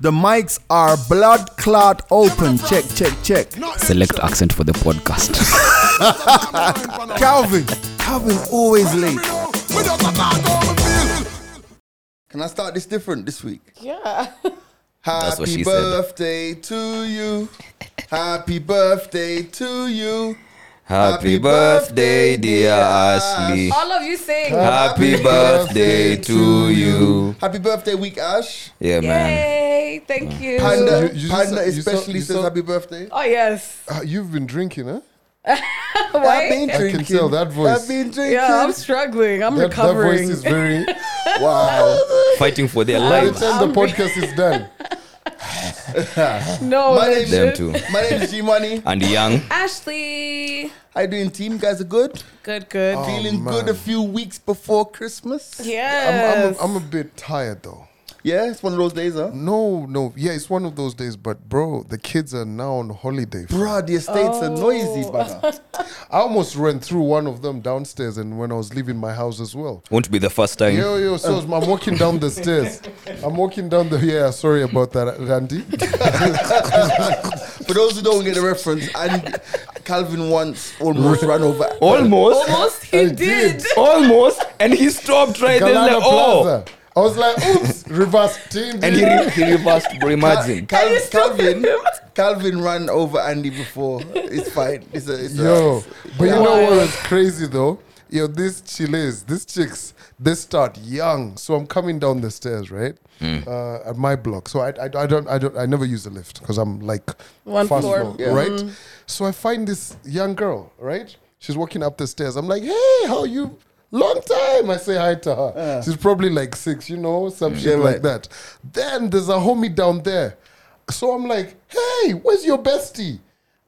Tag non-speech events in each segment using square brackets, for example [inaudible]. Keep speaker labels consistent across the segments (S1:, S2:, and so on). S1: The mics are blood clot open. Check, check, check.
S2: Select accent for the podcast.
S1: Calvin. Calvin always late. Can I start this different this week? Yeah. [laughs] Happy
S2: what she said.
S1: birthday to you. Happy birthday to you.
S3: Happy birthday, dear Ashley.
S4: All of you sing.
S3: Happy birthday to you.
S1: Happy birthday week, Ash.
S3: Yeah, man.
S4: Yay! Thank you.
S1: Panda,
S5: you just
S1: Panda
S5: said- you saw-
S1: especially
S5: you
S1: says
S5: saw-
S1: happy birthday.
S4: Oh yes.
S5: Ah, you've been drinking, huh?
S1: I've been
S4: Wait.
S5: can
S1: drinking.
S5: tell that voice.
S1: I've been drinking.
S4: Yeah, I'm struggling. I'm
S5: That, that voice
S4: recovering.
S5: is very.
S1: wow.
S3: Fighting for their
S5: By the
S3: lives.
S5: time the podcast is done,
S4: no,
S1: My name's-
S3: Them
S4: legit.
S3: too.
S1: My name is G Money.
S3: And young.
S4: Ashley.
S1: How you doing, team? Guys are good.
S4: Good, good.
S1: Feeling good a few weeks before Christmas.
S4: yes.
S5: I'm, I'm, a, I'm a bit tired though.
S1: Yeah, it's one of those days, huh?
S5: No, no, yeah, it's one of those days. But bro, the kids are now on holiday.
S1: Bruh, the estates are noisy,
S4: Oh.
S1: brother.
S5: I almost ran through one of them downstairs, and when I was leaving my house as well.
S3: Won't be the first time.
S5: Yo, yo, so I'm walking down the stairs. I'm walking down the. Yeah, sorry about that, Randy.
S1: For those who don't get the reference, and Calvin once almost ran over.
S3: Oh, Almost.
S4: Almost he did.
S3: Almost. And he stopped right there.
S5: Galana
S3: Like, oh.
S5: Plaza. I was like, oops, reverse. Ding,
S3: And he,
S5: ding.
S3: re- he reversed, bro. Imagine.
S1: Cal-
S4: Are you still
S1: Calvin,
S4: with him?
S1: Calvin ran over Andy before. It's fine. It's a, it's
S5: Yo,
S1: a,
S5: but you know
S4: Wow.
S5: what was crazy though? Yo, these chiles, these chicks, they start young. So I'm coming down the stairs, right? Uh, at my block. So I, I, I don't, I don't, I never use the lift because I'm like
S4: One
S5: first
S4: floor. Mm-hmm.
S1: Yeah.
S5: right? So I find this young girl, right? She's walking up the stairs. I'm like, hey, how you? Long time. I say hi to her. She's probably like six, you know, some
S1: Yeah,
S5: shit like
S1: right.
S5: that. Then there's a homie down there. So I'm like, hey, where's your bestie?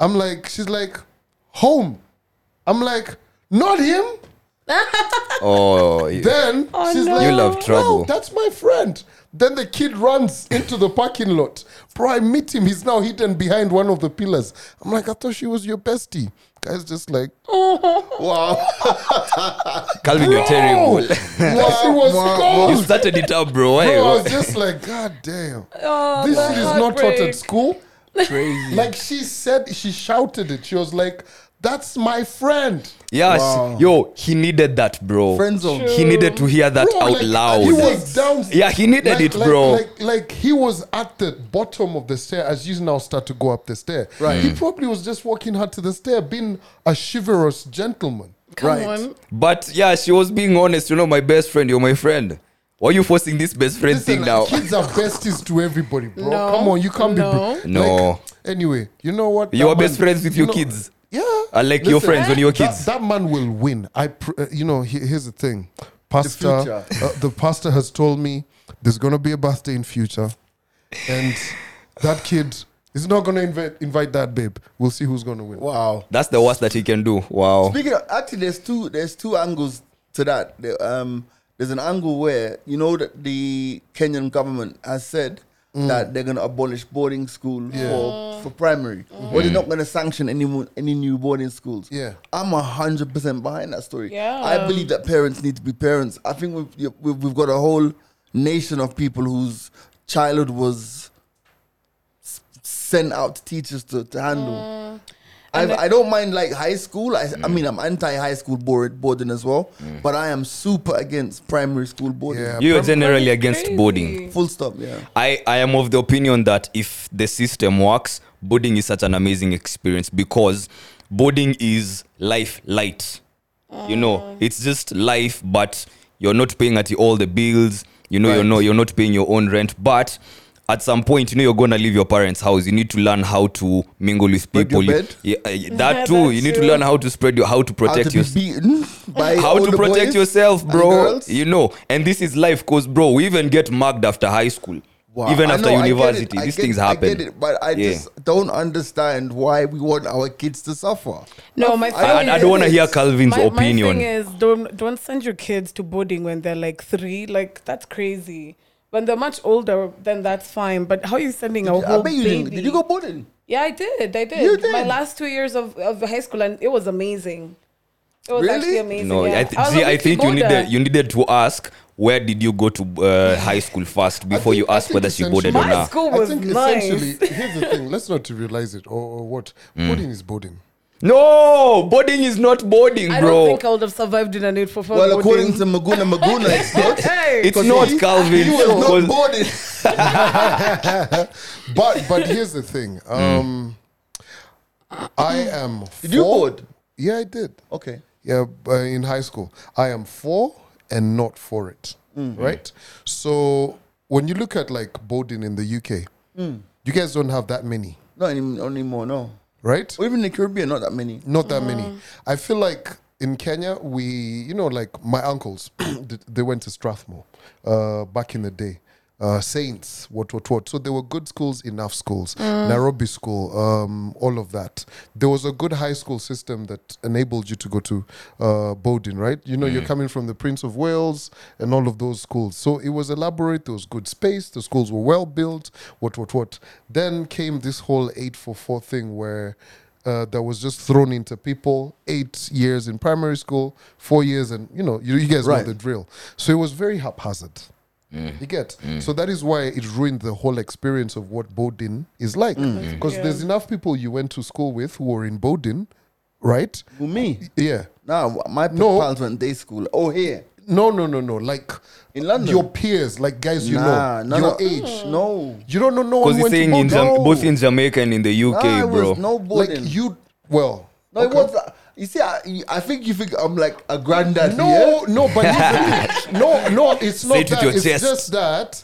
S5: I'm like, she's like, home. I'm like, not him.
S3: Oh. you-
S5: Then she's
S4: no.
S5: like,
S3: You love trouble.
S5: No, that's my friend. Then the kid runs into the parking lot. Bro, I meet him. He's now hidden behind one of the pillars. I'm like, I thought she was your bestie. Guy's just like,
S1: wow.
S3: Calvin, you're terrible.
S5: Like, she was
S1: Wow.
S5: gone.
S3: You started it up, bro. Why?
S5: Bro, I was just like, God damn.
S4: Oh,
S5: this
S4: the
S5: shit is not taught
S4: heartbreak.
S5: at school.
S1: Crazy.
S5: Like she said, she shouted it. She was like, That's my friend.
S3: Yes.
S1: Wow.
S3: Yo, he needed that, bro.
S1: Friend zone.
S3: He needed to hear that
S5: Bro,
S3: out
S5: like,
S3: loud.
S5: He was down.
S3: Yeah, he needed
S5: like-
S3: it,
S5: like-
S3: bro.
S5: Like, like he was at the bottom of the stair as you now start to go up the stair. Right. He probably was just walking her to the stair, being a chivalrous gentleman.
S4: Come
S1: Right.
S4: on.
S3: But yeah, she was being honest. You know, my best friend, you're my friend. Why are you forcing this best friend
S5: Listen,
S3: thing now?
S5: kids are besties to everybody, bro.
S4: No.
S5: Come on, you can't
S4: No.
S5: be. bro-
S3: No.
S5: Like, anyway, you know what?
S3: You
S5: That
S3: are best
S5: man-
S3: friends with
S5: you
S3: your kids.
S5: Yeah.
S3: Are like your friends when you were kids.
S5: That, that man will win. I, pr- uh, you know, he- here's the thing. Pastor,
S1: future.
S5: uh, the pastor has told me there's gonna be a birthday in future, and that kid is not gonna invite invite that babe. We'll see who's gonna win.
S1: Wow.
S3: That's the worst that he can do. Wow.
S1: Speaking of, actually, there's two there's two angles to that. The, um, there's an angle where you know that the Kenyan government has said that they're going to abolish boarding school for, for primary, or they're not going to sanction any mo- any new boarding schools.
S5: Yeah.
S1: I'm hundred percent behind that story.
S4: Yeah.
S1: I believe that parents need to be parents. I think we've you- we've, we've got a whole nation of people whose childhood was s- sent out to teachers to, to handle. I've, I don't mind like high school. I,
S3: Mm.
S1: I mean, I'm anti high school board, boarding as well, but I am super against primary school boarding.
S5: Yeah.
S3: You are generally against
S4: Crazy.
S3: boarding.
S1: Full stop. Yeah.
S3: I, I am of the opinion that if the system works, boarding is such an amazing experience because boarding is life light. You know, it's just life, but you're not paying at all the bills. You know, you're
S1: Right.
S3: not you're not paying your own rent, but at some point, you know, you're gonna leave your parents' house. You need to learn how to mingle with
S1: Spread
S3: people.
S1: your
S3: You-
S1: bed.
S3: Yeah, uh, that
S4: That
S3: too. You need to
S4: too.
S3: learn how to spread your
S1: How
S3: how to
S1: to
S3: protect
S1: be
S3: yourself
S1: beaten by
S3: how to
S1: older
S3: protect
S1: boys
S3: yourself,
S1: and
S3: bro.
S1: girls.
S3: You know, and this is life, cause bro, we even get mugged after high school,
S1: Wow.
S3: even
S1: I
S3: after
S1: know, I get it,
S3: university.
S1: I
S3: These
S1: get-
S3: things
S1: I get
S3: happen.
S1: it, but I
S3: Yeah.
S1: just don't understand why we want our kids to suffer.
S4: No, my
S3: I,
S4: thing
S3: I don't want to
S4: is-
S3: hear Calvin's
S4: My, my
S3: opinion.
S4: thing is don't don't send your kids to boarding when they're like three. Like that's crazy. When they're much older, then that's fine. But how are you sending a
S1: I
S4: whole
S1: bet you
S4: baby?
S1: didn't. Did you go boarding?
S4: Yeah, I did. I did.
S1: You did?
S4: My last two years of, of high school, and it was amazing. It was
S5: Really?
S4: actually amazing.
S3: No,
S4: yeah.
S3: I, th-
S4: was a
S3: see, I
S4: weekly
S3: think you
S4: boarder.
S3: needed you needed to ask where did you go to
S1: [sighs]
S3: uh, high school first before
S5: think-
S3: you
S5: I
S3: ask
S5: think
S3: whether she
S5: essentially-
S3: boarded or
S4: My
S3: not.
S4: school
S5: I
S4: was
S5: think
S4: nice.
S5: essentially, here's the thing. Let's not trivialize it or, or what.
S3: Mm.
S5: Boarding is boarding.
S3: No, boarding is not boarding,
S4: I don't
S3: bro.
S4: think I would have survived in an eight for four.
S1: Well, according
S4: [laughs]
S1: to Maguna Maguna, it's not.
S4: hey,
S3: It's not
S1: he-
S3: Calvin.
S1: He was not
S5: [laughs]
S3: 'cause-
S1: boarded.
S5: But but here's the thing. Um, I am.
S1: Did you
S5: for-
S1: board?
S5: Yeah, I did.
S1: Okay.
S5: yeah, uh, in high school. I am for and not for it,
S1: Hmm.
S5: right? So when you look at like boarding in the UK,
S1: Hmm.
S5: you guys don't have that many,
S1: Not any, not anymore, no.
S5: right?
S1: Or even in the Caribbean, not that many.
S5: Not that many. I feel like in Kenya, we, you know, like my uncles, [clears throat] th- they went to Strathmore uh, back in the day. Uh, Saints, what, what, what. So there were good schools, enough schools, Nairobi School, um, all of that. There was a good high school system that enabled you to go to uh, Bowdoin, right? You know, you're coming from the Prince of Wales and all of those schools. So it was elaborate, there was good space, the schools were well built, what, what, what. Then came this whole 844 thing where uh, that was just thrown into people. Eight years in primary school, four years, and you know, you, you guys
S1: Right.
S5: know the drill. So it was very haphazard.
S3: Mm.
S5: You get so that is why it ruined the whole experience of what Bowdoin is like
S3: Mm.
S5: because
S4: Yeah.
S5: there's enough people you went to school with who were in Bowdoin, right?
S1: For me,
S5: Yeah,
S1: nah, my
S5: No.
S1: parents went day school. Oh, here.
S5: no, no, no, no, like
S1: In London?
S5: your peers, like guys you
S1: nah, Mm.
S5: know,
S1: no,
S5: your
S1: no.
S5: age.
S1: No.
S5: You don't know no one
S3: Because he's
S5: went
S3: saying
S5: to
S3: in
S5: Bowdoin.
S3: Jam- both in Jamaica and in the UK,
S1: nah, it
S3: bro.
S1: was no
S5: like
S1: boarding.
S5: you. Well,
S1: no, it
S5: okay.
S1: was. uh, You see, I, you- I think you think I'm like a granddad.
S5: No,
S1: here.
S5: no,
S1: [laughs]
S5: but here's the thing. no, no, it's
S3: Say
S5: not
S3: it with
S5: that.
S3: your
S5: It's
S3: chest.
S5: just that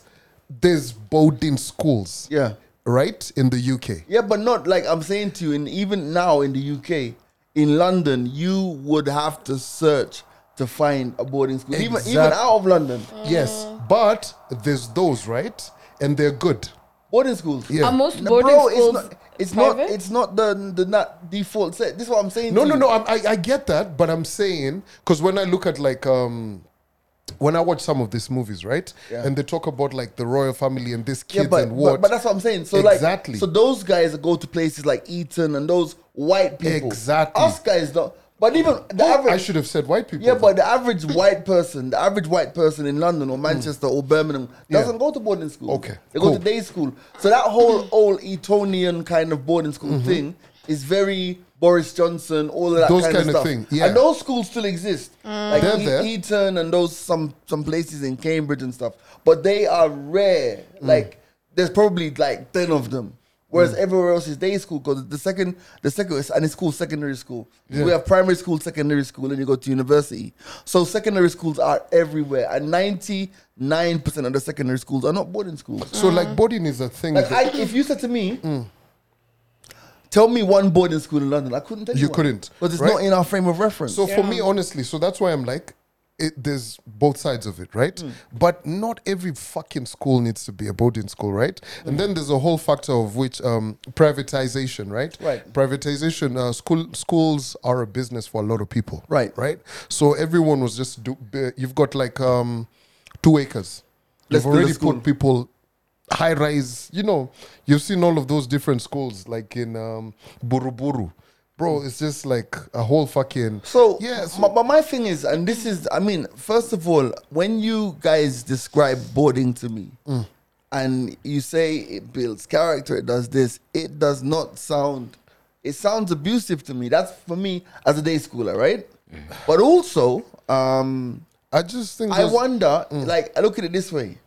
S5: there's boarding schools,
S1: Yeah.
S5: right, in the UK.
S1: Yeah, but not like I'm saying to you, and even now in the UK, in London, you would have to search to find a boarding school, even even
S5: Exact-
S1: out of London,
S5: Yes, but there's those, right, and they're good.
S1: boarding schools.
S5: Yeah.
S4: Are most
S1: No,
S4: boarding
S1: bro,
S4: schools
S1: it's not.
S4: private? [laughs]
S1: It's not. It's not the the not default set. This is what I'm saying.
S5: No,
S1: to
S5: no,
S1: you.
S5: no. I'm- I, I get that, but I'm saying because when I look at like um, when I watch some of these movies, right,
S1: Yeah.
S5: and they talk about like the royal family and these
S1: Yeah,
S5: kids
S1: but,
S5: and what,
S1: but but that's what I'm saying. So
S5: Exactly.
S1: like, so those guys go to places like Eton and those white people.
S5: Exactly.
S1: Us guys don't. But even the
S5: Oh, I
S1: average.
S5: should have said white people.
S1: Yeah, but the average white person, the average white person in London or Manchester or Birmingham doesn't go to boarding school.
S5: Hmm. Okay,
S1: They go
S5: cool.
S1: to day school. So that whole old Etonian kind of boarding school thing is very Boris Johnson, all of that
S5: Mm-hmm. Those
S1: kind,
S5: kind of
S1: of stuff.
S5: thing, yeah.
S1: And those schools still exist. Like
S5: They're
S1: E-
S5: there.
S1: Eton and those some some places in Cambridge and stuff. But they are rare.
S5: Mm.
S1: Like there's probably like ten of them. Whereas everywhere else is day school because the second the second and it's called secondary school. We have primary school, secondary school, and you go to university. So secondary schools are everywhere, and ninety nine percent of the secondary schools are not boarding schools.
S5: so like boarding is a thing.
S1: Like
S5: [laughs] that
S1: I, if you said to me,
S5: Mm.
S1: tell me one boarding school in London, I couldn't tell you.
S5: You couldn't,
S1: because it's
S5: right?
S1: not in our frame of reference.
S5: So for me, honestly, so that's why I'm like, it, there's both sides of it, right?
S1: Hmm.
S5: But not every fucking school needs to be a boarding school, right?
S1: Hmm.
S5: And then there's a whole factor of which um, privatization, right?
S1: Right.
S5: Privatization. Uh, school schools are a business for a lot of people,
S1: Right.
S5: Right. So everyone was just do, be- you've got like um, two acres.
S1: Let's
S5: you've
S1: build a
S5: already
S1: school.
S5: put people high rise. You know, you've seen all of those different schools, like in um, Buruburu. Bro, it's just like a whole fucking.
S1: So,
S5: yeah, so-
S1: my- but my thing is, and this is, I mean, first of all, when you guys describe boarding to me,
S5: Mm.
S1: and you say it builds character, it does this, it does not sound. It sounds abusive to me. That's for me as a day schooler, right?
S5: Mm.
S1: But also, um,
S5: I just Mm. think
S1: I
S5: there's-
S1: wonder, like, I look at it this way.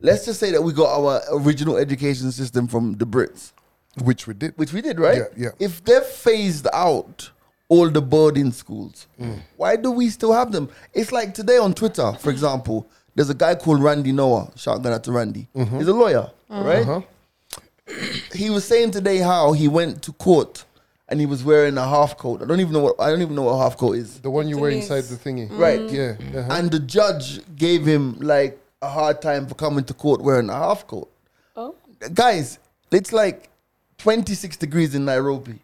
S1: Let's just say that we got our original education system from the Brits
S5: which we did.
S1: which we did, right?
S5: Yeah, yeah.
S1: If they've phased out all the boarding schools,
S5: Mm.
S1: why do we still have them? It's like today on Twitter, for example, there's a guy called Randy Noah. Shout out to Randy.
S5: Mm-hmm.
S1: He's a lawyer, right?
S5: Uh-huh.
S1: He was saying today how he went to court and he was wearing a half coat. I don't even know what I don't even know what a half coat is.
S5: the one you were
S4: Denise.
S5: inside the thingy,
S1: Mm. Right.
S5: Yeah, uh-huh.
S1: And the judge gave him like a hard time for coming to court wearing a half coat
S4: oh,
S1: guys, it's like 26 degrees in Nairobi.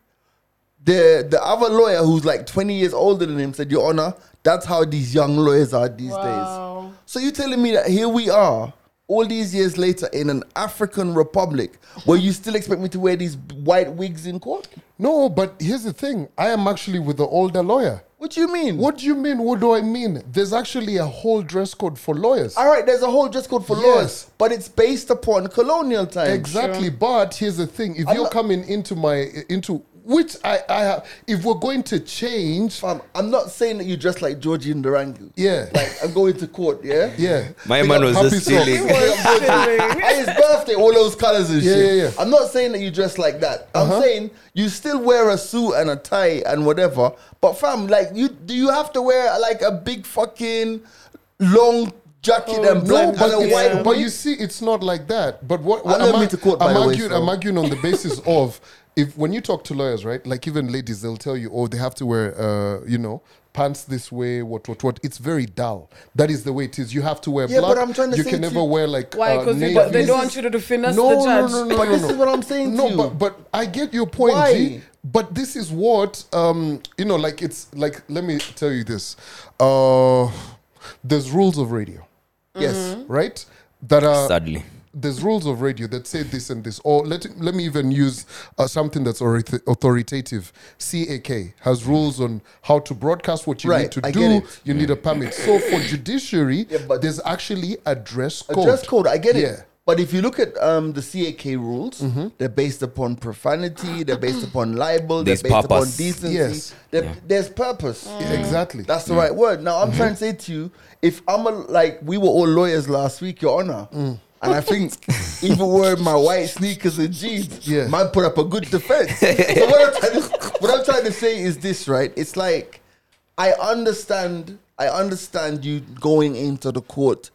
S1: The the other lawyer who's like 20 years older than him said, Your Honor, that's how these young lawyers are these
S4: Wow.
S1: days. So you're telling me that here we are, all these years later, in an African republic where you still expect me to wear these white wigs in court?
S5: No, but here's the thing. I am actually with the older lawyer.
S1: What do you mean?
S5: What do you mean? What do I mean? There's actually a whole dress code for lawyers.
S1: All right, there's a whole dress code for lawyers,
S5: Yes.
S1: but it's based upon colonial times.
S5: Exactly. But here's the thing: if
S1: I'm
S5: you're
S1: not-
S5: coming into my into which I I have, if we're going to change,
S1: Fam, I'm not saying that you dress like Georgie Ndorangu.
S5: yeah,
S1: Like, I'm going to court, yeah?
S5: [laughs] yeah.
S3: My
S5: Pick
S3: man
S5: up
S3: was
S5: puppy
S3: just
S5: socks.
S3: chilling.
S1: [laughs] At his birthday, all those colors and
S5: Yeah,
S1: shit.
S5: yeah, Uh-huh. yeah.
S1: I'm not saying that you dress like that. I'm saying you still wear a suit and a tie and whatever. But fam, like, you do you have to wear like a big fucking long jacket and
S5: Oh, No,
S1: black
S5: but,
S1: and a
S5: it's-
S1: white?
S4: yeah.
S5: but you see, it's not like that. But what, what
S1: love
S5: I'm,
S1: me to quote, by
S5: I'm
S1: the way,
S5: arguing,
S1: so-
S5: I'm arguing on the
S1: [laughs]
S5: basis of if when you talk to lawyers, right? Like even ladies, they'll tell you, oh, they have to wear, uh, you know, pants this way, what, what, what. It's very dull. That is the way it is. You have to wear
S1: Yeah, but
S5: black.
S1: I'm trying to
S5: you
S1: say
S5: can
S1: to
S5: never
S1: you-
S5: wear like
S4: Why?
S5: uh,
S4: Because
S5: navy.
S4: they,
S1: this
S4: don't want
S1: is-
S4: you to finesse
S5: No,
S4: the
S5: no,
S4: judge.
S5: no, no,
S1: But
S5: no,
S1: this
S5: no.
S1: is what I'm saying
S5: No,
S1: to you.
S5: but but I get your point,
S1: Why?
S5: G. But this is what um you know, like it's like let me tell you this. Uh there's rules of radio,
S1: yes.
S5: right? That are
S3: Sadly.
S5: there's rules of radio that say this and this, or let let me even use uh, something that's authorita- authoritative. CAK has rules on how to broadcast what you
S1: Right,
S5: need to
S1: I
S5: do.
S1: get it.
S5: You need a permit. So for judiciary,
S1: Yeah, but-
S5: there's actually a dress
S1: A
S5: code.
S1: dress code, I get it.
S5: Yeah. Mm-hmm.
S1: But if you look at um, the CAK rules, they're based upon profanity, they're based upon libel,
S3: There's
S1: they're based upon
S3: purpose.
S1: decency.
S5: Yes.
S1: There- There's purpose.
S5: Exactly.
S1: That's the right word. Now I'm trying to say to you, if I'm a like we were all lawyers last week, Your Honor, and I think even wearing my white sneakers and jeans,
S5: Yeah.
S1: man put up a good defense. [laughs] so what I'm, trying to, what I'm trying to say is this, right? It's like I understand, I understand you going into the court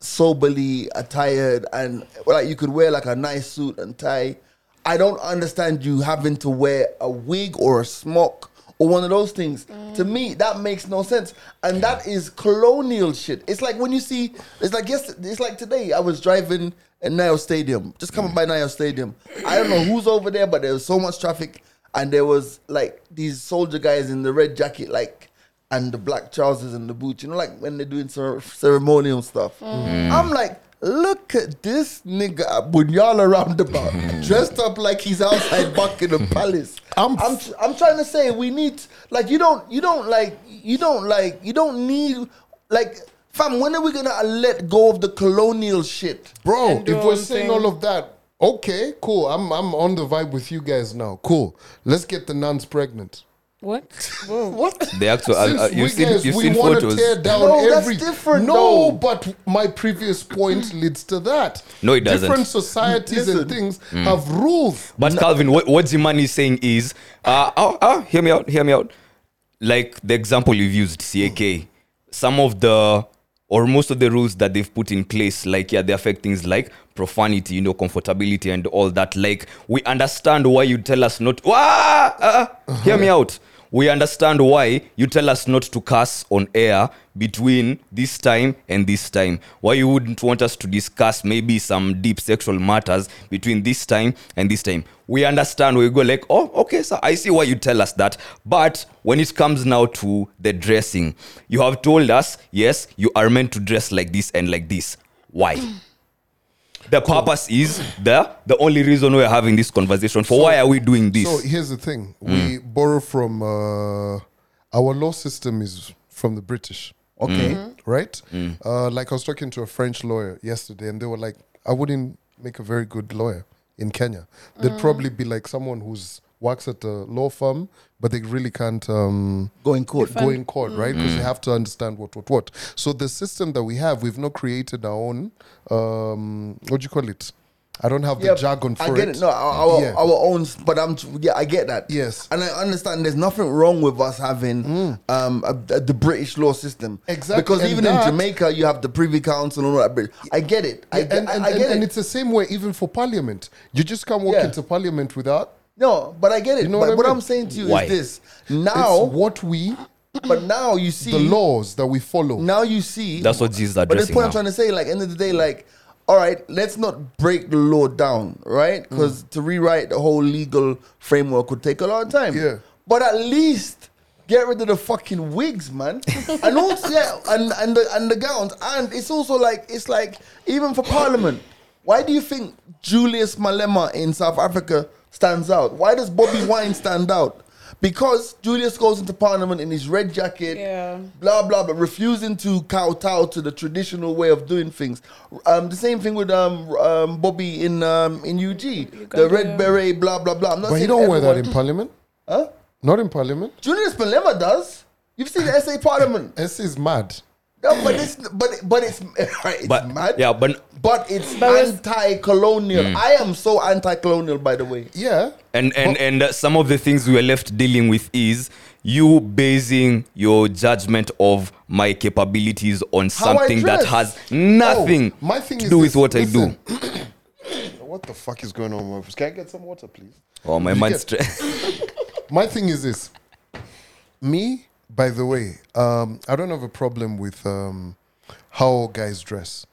S1: soberly attired, and like you could wear like a nice suit and tie. I don't understand you having to wear a wig or a smock or one of those things. To me, that makes no sense, and that is colonial shit. It's like when you see, it's like yes, it's like today. I was driving in Nile Stadium, just coming by Nile Stadium. I don't know who's over there, but there was so much traffic, and there was like these soldier guys in the red jacket, like and the black trousers and the boots. You know, like when they're doing cer- ceremonial stuff. I'm like, look at this nigga at Bunyala roundabout, dressed up like he's outside Buckingham Palace. I'm,
S5: I'm-
S1: I'm, tr- I'm trying to say we need like you don't you don't like you don't like you don't need like fam. When are we gonna uh, let go of the colonial shit?
S5: bro.
S4: and do
S5: If
S4: our
S5: we're
S4: own
S5: saying
S4: thing.
S5: all of that, okay, cool. I'm I'm on the vibe with you guys now. Cool. Let's get the nuns pregnant.
S4: What?
S5: What?
S3: The actual- uh,
S5: Since
S3: uh, you've
S5: we
S3: seen-
S5: guys,
S3: you've
S5: we
S3: seen
S5: wanna
S3: photos.
S5: Tear down
S1: No, that's
S5: every,
S1: different,
S5: No,
S1: though.
S5: but my previous
S1: [laughs]
S5: point leads to that.
S3: No, it doesn't. Mm.
S5: Different societies
S1: Listen.
S5: and things have rules.
S3: But Calvin, what, what Ziman is saying is, uh, oh, oh, hear me out, hear me out. Like the example you've used, CAK, some of the or most of the rules that they've put in place, like yeah, they affect things like profanity, you know, comfortability and all that. Like we understand why you tell us not. Wah! Uh, Hear me out. We understand why you tell us not to cuss on air between this time and this time. Why you wouldn't want us to discuss maybe some deep sexual matters between this time and this time. We understand. We go like, oh, okay, sir, I see why you tell us that. But when it comes now to the dressing, you have told us, yes, you are meant to dress like this and like this.
S1: [clears throat]
S3: Why? The purpose is the the only reason we're having this conversation for why are we doing this?
S5: So here's the thing:
S3: Mm.
S5: we borrow from uh, our law system is from the British.
S1: Okay.
S5: right?
S3: Mm.
S5: Uh, like I was talking to a French lawyer yesterday, and they were like, "I wouldn't make a very good lawyer in Kenya.
S1: Mm.
S5: They'd probably be like someone who's works at a law firm, but they really can't um,
S1: Go in court.
S5: go in court, right? Because you have to understand what, what, what. So the system that we have, we've not created our own. Um, what do you call it? I don't have
S1: Yeah,
S5: the jargon for
S1: I get it. No, our
S5: Yeah.
S1: our own. But I'm yeah, I get that.
S5: Yes. Mm.
S1: and I understand. There's nothing wrong with us having um a, a- the British law system.
S5: Exactly,
S1: Because
S5: and
S1: even
S5: that-
S1: in Jamaica, you have the Privy Council and all that. But I get it. I,
S5: and,
S1: get
S5: and,
S1: I, I get
S5: and, and
S1: it.
S5: it's the same way even for parliament. You just can't walk
S1: Yeah.
S5: into parliament without.
S1: no, but I get it.
S5: know
S1: but
S5: what I
S1: what
S5: mean?
S1: I'm saying to you
S3: Why?
S1: is this:
S5: It's
S1: now,
S5: what we,
S1: but now you see
S5: the laws that we follow.
S1: Now you see.
S3: That's what Jesus is
S1: But the
S3: addressing
S1: point I'm
S3: now.
S1: trying to say, like, end of the day, like, all right, let's not break the law down, right? Because to rewrite the whole legal framework would take a lot of time.
S5: Yeah.
S1: But at least get rid of the fucking wigs, man, and also yeah, and and the, and the gowns, and it's also like it's like even for Parliament, why do you think Julius Malema in South Africa stands out? Why does Bobby Wine stand out? Because Julius goes into parliament in his red jacket,
S4: Yeah.
S1: blah blah blah, refusing to kowtow to the traditional way of doing things. Um, the same thing with um, um Bobby in um in UG, the red beret, blah blah blah. I'm not
S5: But he
S1: saying
S5: don't wear that in
S1: everyone-
S5: parliament.
S1: Huh?
S5: Not in parliament.
S1: Julius Malema does. You've seen the SA
S5: [laughs]
S1: Parliament,
S5: S is mad.
S1: no, but it's but but it's [laughs] it's
S3: But
S1: mad.
S3: yeah, Hmm. but
S1: But it's
S4: But it's-
S1: anti-colonial. I am so anti-colonial, by the way.
S5: Yeah.
S3: and and and uh, some of the things we were left dealing with is you basing your judgment of my capabilities on
S1: How I
S3: something that
S1: dress.
S3: has nothing
S5: Oh, my thing
S3: to
S5: is
S3: do
S5: this.
S3: with what I
S5: Listen.
S3: do.
S5: What the fuck is going on, Marcus? Can I get some water, please?
S3: Oh, my
S5: You
S3: man,
S5: get-
S3: stre- [laughs]
S5: My thing is this. Me, by the way, um, I don't have a problem with um, how guys dress.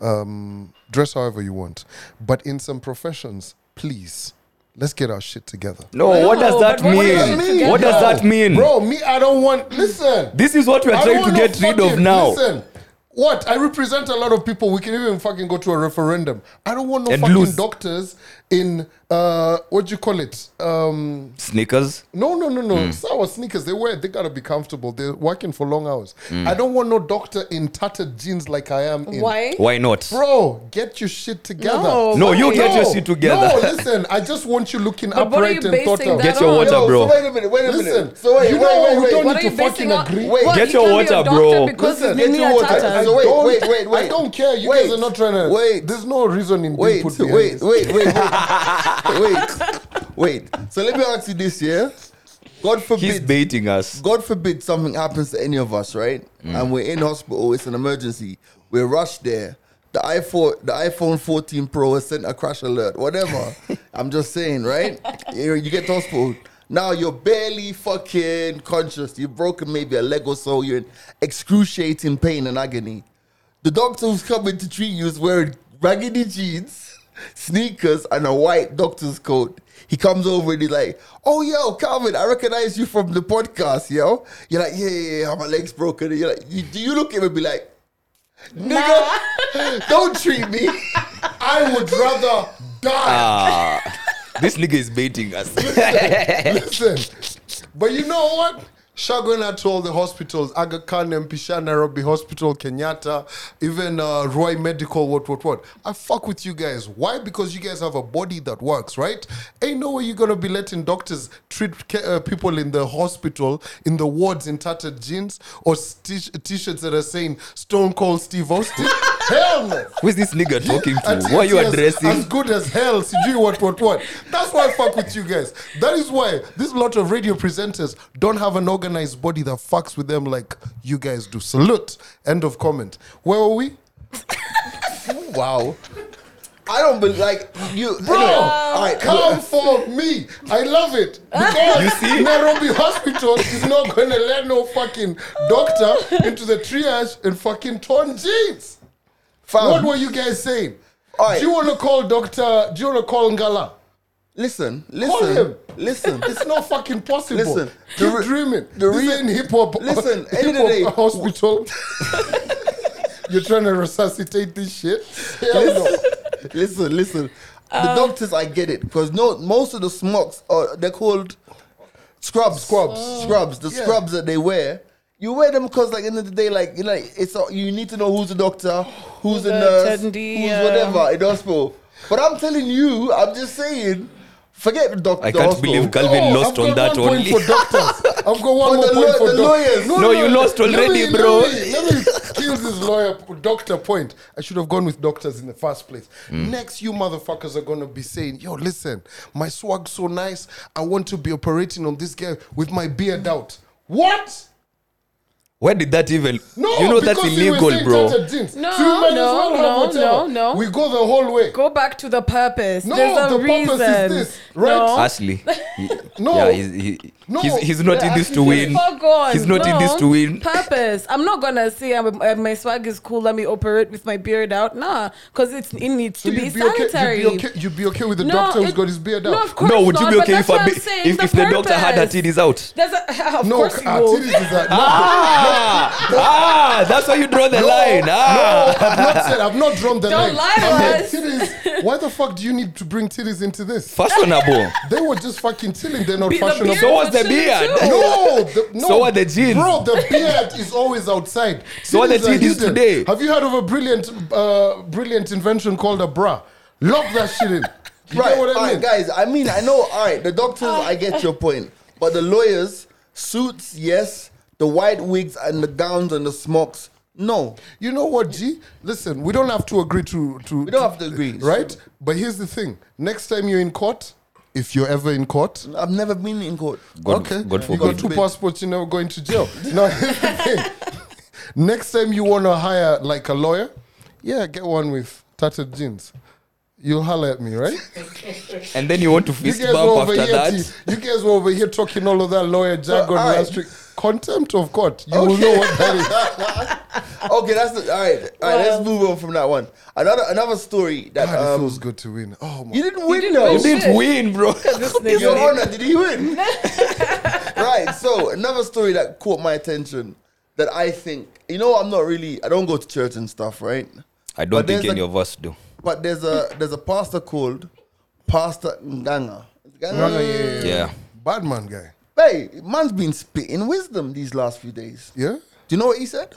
S5: Um, dress however you want, but in some professions, please, let's get our shit together.
S3: no, what does
S4: No,
S3: that
S4: but what does
S3: mean?
S4: that mean,
S3: What does
S5: bro?
S3: that mean?
S5: bro? Me, I don't want. Listen,
S3: This is what we are
S5: I
S3: trying
S5: don't
S3: to
S5: want
S3: get
S5: no
S3: rid of
S5: fucking-
S3: now.
S5: Listen, what? I represent a lot of people. We can even fucking go to a referendum. I don't want no
S3: And
S5: fucking
S3: lose.
S5: doctors in uh, what do you call it? Um,
S3: Sneakers.
S5: no, no, no, no.
S1: Hmm.
S5: It's our sneakers. They wear. They gotta be comfortable. They're working for long hours.
S1: Hmm.
S5: I don't want no doctor in tattered jeans like I am. In.
S4: Why?
S3: Why not?
S5: Bro, get your shit together.
S4: No,
S3: No, you
S4: why?
S3: get your shit together. [laughs]
S5: No, listen. I just want you looking
S4: But what are
S5: upright
S4: you
S5: and thought
S4: basing
S5: out.
S4: that
S3: Get your
S4: on?
S3: water,
S1: No,
S3: bro.
S1: so wait a minute, wait a
S5: Listen.
S1: minute. So wait,
S5: you
S1: wait,
S5: know,
S1: wait,
S5: we
S1: wait.
S5: don't
S4: What
S5: need
S4: are
S5: to
S4: you
S5: fucking
S4: basing on?
S5: agree.
S4: What,
S3: Get
S4: you
S3: your
S4: can't be a
S3: water,
S4: doctor
S3: bro.
S4: Because
S1: Listen,
S4: his
S1: get
S4: knee
S1: your
S4: are
S1: water.
S4: tattered.
S1: So wait,
S5: don't-
S1: wait, wait,
S5: I
S1: wait.
S5: don't care. You guys
S1: Wait.
S5: are not trying to.
S1: Wait.
S5: There's no reason in
S1: Wait,
S5: input.
S1: wait, wait, wait, wait, wait, wait. So let me ask you this, yeah? God
S3: He's
S1: forbid,
S3: baiting us.
S1: God forbid something happens to any of us, right? And we're in hospital, it's an emergency. We're rushed there. The iPhone, the iPhone 14 Pro has sent a crash alert, whatever. I'm just saying, right? You, you get to hospital. Now you're barely fucking conscious. You've broken maybe a leg or so. You're in excruciating pain and agony. The doctor who's coming to treat you is wearing raggedy jeans, sneakers, and a white doctor's coat. He comes over and he's like, Oh, yo, Calvin, I recognize you from the podcast, yo. You're like, Yeah, yeah, yeah, my leg's broken. And you're like, you, Do you look at me and be like, Nigga, [laughs] don't treat me.
S5: [laughs] I would rather die.
S3: Ah, this nigga is baiting
S5: [laughs]
S3: us.
S5: Listen, but you know what? Shagona to all the hospitals, Aga Khan, Mpisha, Nairobi Hospital, Kenyatta, even uh, Roy Medical, what, what, what. I fuck with you guys. Why? Because you guys have a body that works, right? Ain't no way you're going to be letting doctors treat ca- uh, people in the hospital, in the wards, in tattered jeans or t shirts that are saying Stone Cold Steve Austin. Hell no!
S3: Who is this nigga talking
S5: At-
S3: to? Who are
S5: at-
S3: you
S5: yes, As
S3: addressing?
S5: good as hell, CG, what, what, what. That's why I fuck with you guys. That is why this lot of radio presenters don't have an organized body that fucks with them like you guys do. Salute. End of comment. Where were we? wow.
S1: I don't believe, like, you.
S5: Bro,
S1: anyway, all right,
S5: come for me. I love it. Because
S3: You see?
S5: Nairobi Hospital is not going to let no fucking doctor into the triage and fucking torn jeans.
S3: Um,
S1: fam,
S5: What were you guys saying?
S1: Alright.
S5: Do you want to call Doctor? Do you want to call Ngala?
S1: listen,
S5: Call
S1: listen,
S5: him.
S1: listen.
S5: It's not fucking possible.
S1: Listen, the
S5: keep
S1: re-
S5: dreaming.
S1: the
S5: this
S1: re-
S5: ain't hip hop.
S1: Listen,
S5: hip
S1: end of the day-
S5: hop
S1: [laughs]
S5: uh, [laughs] hospital. You're trying to resuscitate this shit. Hell no.
S1: listen, listen. The doctors, I get it because no, most of the smocks are they're called scrubs, scrubs, scrubs. The
S5: Yeah.
S1: scrubs that they wear, you wear them because, like, end of the day, like, you know, it's a, you need to know who's the doctor, who's the
S4: the
S1: nurse,
S4: attendee,
S1: who's
S4: yeah.
S1: whatever in the hospital. But I'm telling you, I'm just saying, forget the doctor.
S3: I can't believe Calvin
S5: No,
S3: lost
S5: Oh, I've
S3: on
S5: got
S3: that
S5: one
S3: only.
S5: point for doctors.
S1: [laughs]
S5: I've got one more
S1: the
S5: point
S1: law-
S5: for
S1: the
S5: doc-
S1: lawyers.
S3: No, you lost already,
S5: let me,
S3: bro.
S5: Let me, let me kill this lawyer p- doctor point. I should have gone with doctors in the first place.
S3: Hmm.
S5: Next, you motherfuckers are gonna be saying, "Yo, listen, my swag's so nice. I want to be operating on this guy with my beard out." What?
S3: Where did that even?
S5: No,
S3: you know that's
S5: because you were
S3: illegal,
S5: saying
S3: bro.
S5: tattered jeans.
S4: No,
S5: So you might as
S4: no,
S5: well have
S4: no,
S5: whatever.
S4: no, no.
S5: We go the whole way.
S4: Go back to the purpose.
S5: No,
S4: There's a
S5: the
S4: reason.
S5: purpose is this, right?
S4: No.
S3: Ashley.
S4: [laughs]
S5: No.
S3: Yeah, he's, he,
S5: No.
S3: he's, he's not in this to win.
S4: Fuck on.
S3: He's not
S4: no.
S3: in this to win.
S4: Purpose. I'm not gonna say I'm, uh, my swag is cool. Let me operate with my beard out. Nah, because it's it needs
S5: So
S4: to be
S5: you'd be okay.
S4: sanitary.
S5: You'd be okay. You'd be okay with the doctor who's
S4: it-
S5: got his beard out.
S4: No, of course
S3: No, would you
S4: not,
S3: be
S4: but
S3: okay
S4: that's
S3: if, I
S4: what
S3: ba-
S4: I'm saying,
S3: if, if the doctor had her
S4: purpose.
S3: titties out?
S4: There's a, [laughs] of
S5: No,
S4: [laughs] course you
S5: our
S4: will.
S5: titties is out.
S3: ah, that's why you draw the line. Ah.
S5: I've not said I've not
S4: [laughs]
S5: drawn the
S6: Don't
S5: line.
S6: lie to
S5: I'm
S6: us.
S5: like, titties. Why the fuck do you need to bring titties into this?
S3: Fashionable.
S5: They were just fucking chilling. They're not
S6: Be- the
S5: fashionable.
S6: beard
S3: So was the
S6: chilly
S3: beard.
S4: [laughs]
S6: too.
S5: No, the, no.
S3: So are the jeans.
S5: Bro, the beard is always outside.
S3: So are the
S5: are
S3: jeans
S5: hidden.
S3: today.
S5: Have you heard of a brilliant, uh, brilliant invention called a bra? Lock that shit in. You
S1: Right,
S5: know what I
S1: alright,
S5: mean?
S1: guys. I mean, I know. All right, the doctors. I get your point, but the lawyers, suits, yes. The white wigs and the gowns and the smocks, no.
S5: You know what, G? Listen, we don't have to agree to. to
S1: We don't have to agree, it's
S5: right? But here's the thing: next time you're in court, if you're ever in court,
S1: I've never been in court.
S3: God,
S5: okay,
S3: God
S5: you
S3: forbid.
S5: got two passports, you're never going to jail. no, [laughs] here's the thing: next time you want to hire like a lawyer, yeah, get one with tattered jeans. You'll holler at
S1: [laughs]
S5: me, right?
S3: And then you want to
S5: You
S3: fist
S5: guys were
S3: bump
S5: over
S3: after
S5: here.
S3: that.
S5: T- you guys were over here talking all of that lawyer jargon
S1: I-
S5: last week. Contempt of court. You will know what that
S1: [laughs]
S5: is.
S1: Okay, that's the, all right. All right, let's move on from that one. Another another story that
S5: God, it
S1: um,
S5: feels good to win. Oh my
S1: you didn't win
S6: didn't
S1: though.
S6: win
S3: You didn't win,
S4: [laughs]
S3: bro.
S1: Give your honor, did he win? right. So another story that caught my attention that I think you know I'm not really I don't go to church and stuff, right?
S3: I don't
S1: But there's
S3: think any
S1: a-
S3: of us do.
S1: But there's a there's a pastor called Pastor Nganga.
S5: No, no,
S1: Nganga.
S5: yeah, yeah,
S3: Yeah.
S5: Bad man guy.
S1: Hey, man's been spitting wisdom these last few days.
S5: Yeah?
S1: Do you know what he said?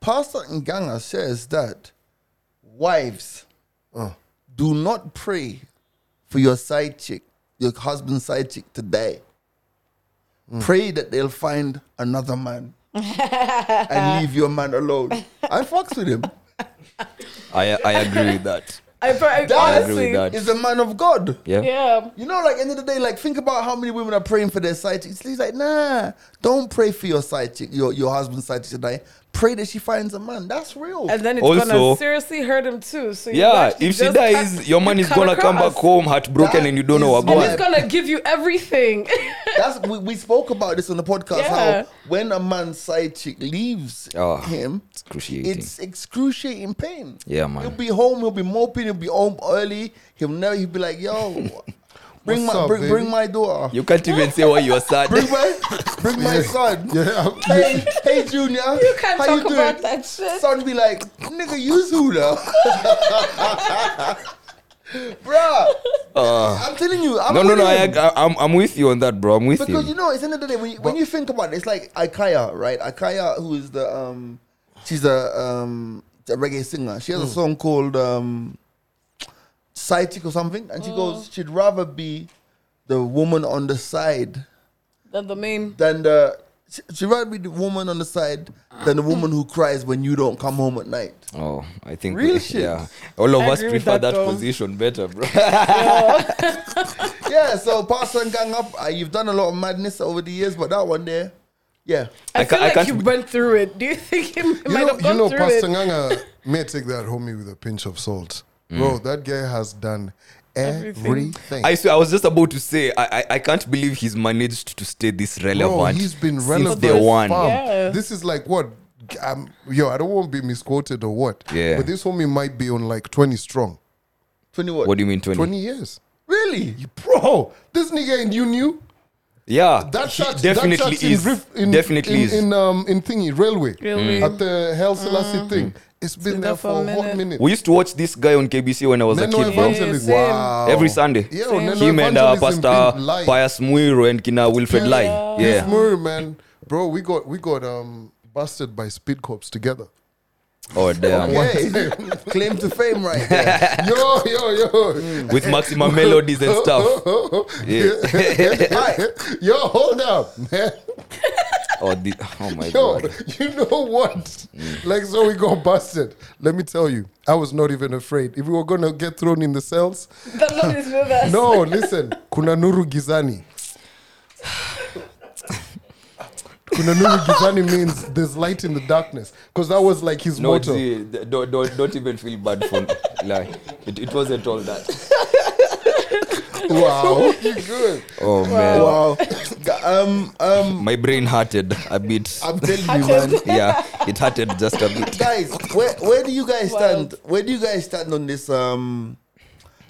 S1: Pastor Nganga says that wives do not pray for your side chick, your husband's side chick to die. Pray that they'll find another man and leave your man alone. I fucks with him.
S3: I, I agree with that.
S4: I, pro- I
S3: I
S4: honestly,
S3: agree with that.
S1: He's a man of God.
S3: Yeah.
S4: yeah.
S1: You know, like end of the day, like think about how many women are praying for their side chicks. He's like, nah, don't pray for your side chick, your, your husband's side chick to die. Pray that she finds a man. That's real.
S4: And then it's
S3: Also-
S4: gonna seriously hurt him too. So you
S3: Yeah,
S4: actually
S3: if she
S4: just
S3: dies,
S4: cut-
S3: your man
S4: you
S3: is
S4: cut
S3: gonna come back
S4: across.
S3: home heartbroken
S1: That
S3: and you don't know
S1: is
S3: what
S1: my-
S4: And
S3: going
S4: he's gonna give you everything. [laughs]
S1: That's we, we spoke about this on the podcast.
S4: Yeah.
S1: How when a man's side chick leaves
S3: Oh,
S1: him,
S3: it's excruciating.
S1: it's excruciating pain.
S3: Yeah, man.
S1: He'll be home. He'll be moping. He'll be home early. He'll never. He'll be like,
S3: [laughs]
S1: yo, bring
S5: What's
S1: my
S5: up,
S1: bring, bring
S5: baby?
S1: my daughter.
S3: You can't even say why you are
S4: [laughs]
S3: sad.
S1: Bring my bring my
S5: Yeah.
S1: son.
S5: Yeah.
S1: Hey, hey, Junior.
S4: you can't
S1: how
S4: talk
S1: you
S4: about
S1: doing?
S4: that shit.
S1: Son be like, nigga, use who
S3: [laughs]
S1: now? [laughs] Bruh, I'm telling you, I'm
S3: Uh, no, no, no. I,
S1: winning.
S3: I, I'm, I'm with you on that, bro. I'm with
S1: Because you
S3: you.
S1: know, it's the end of the day when you, when you think about it, it's like Ikaya, right? Ikaya, who is the um, she's a um, a reggae singer. She has a song called um, Side Chick or something, and she goes, she'd rather be the woman on the side
S4: Then the main.
S1: than the she- she'd rather be the woman on the side than the woman who cries when you don't come home at night.
S3: Oh, I think
S1: Real
S3: we-
S1: shit.
S3: [laughs] Yeah, all of
S4: I
S3: us
S4: agree with
S3: prefer
S4: that,
S3: that,
S4: though.
S3: position better, bro. [laughs]
S1: yeah, so Pastor and Gang Up, uh, you've done a lot of madness over the years, but that one there, yeah.
S4: I,
S3: I ca-
S4: feel
S3: I
S4: like
S3: can't
S4: you
S3: be-
S4: went through it. Do you think he
S5: You
S4: might
S5: know,
S4: have gone
S5: you know
S4: through
S5: Pastor
S4: it?
S5: Nganga may take that homie with a pinch of salt. Bro, that guy has done everything.
S3: Mm. I swear, I was just about to say, I, I, I can't believe he's managed to stay this relevant.
S5: Bro, he's been relevant.
S3: since day one.
S5: fam.
S4: Yeah.
S5: This is like what? Um, yo, I don't want to be misquoted or what.
S3: Yeah.
S5: But this homie might be on like 20 strong.
S1: 20 what?
S3: What do you mean twenty?
S5: 20 years.
S1: Really?
S5: Bro, this nigga in you knew
S3: Yeah,
S5: that
S3: he
S5: church
S3: definitely
S5: that church
S3: is.
S5: in, Rif- in
S3: definitely
S5: in,
S3: is.
S5: in um in thingy railway
S4: Railway. Mm.
S5: at the Hell Selassie thing. It's been, there for a hot
S4: minute.
S5: minute.
S3: we used to watch this guy on KBC when I was
S5: Neno
S3: a kid, bro.
S4: Evans-
S5: Evangelist.
S4: Yeah, same.
S5: Wow.
S3: Every Sunday,
S5: Yeah, Same. Neno
S3: him and uh,
S5: Evangelism
S3: Pastor
S5: been live.
S3: Pius Muiro and Kina Wilfred Lai. Yeah,
S5: Miss Murray, man, bro, we got we got um busted by speed cops together.
S3: oh damn.
S5: [laughs]
S1: Okay. Claim to fame right there. Mm.
S5: Yo, yo, yo.
S3: With maximum melodies and
S5: [laughs]
S3: stuff. Yeah.
S1: [laughs]
S5: Yo, hold up, man.
S3: oh, the, oh my
S5: [laughs] Yo,
S3: god.
S5: you know what?
S3: Mm.
S5: Like, so we got busted. Let me tell you, I was not even afraid. If we were gonna get thrown in the cells,
S4: The Lord is with us.
S5: no, listen, kuna nuru gizani. Kuna nuru gizani means there's light in the darkness, because that was like his
S3: No,
S5: motto.
S3: G, th- don't, don't, don't even feel bad for like it, it wasn't all that.
S5: [laughs] Wow, you good.
S3: Oh
S1: [laughs]
S3: man,
S1: wow. Um, um,
S3: my brain hurted a bit.
S1: I'm telling you, man.
S3: [laughs] yeah, it hurted just a bit.
S1: guys, where where do you guys
S4: Wild.
S1: stand? Where do you guys stand on this um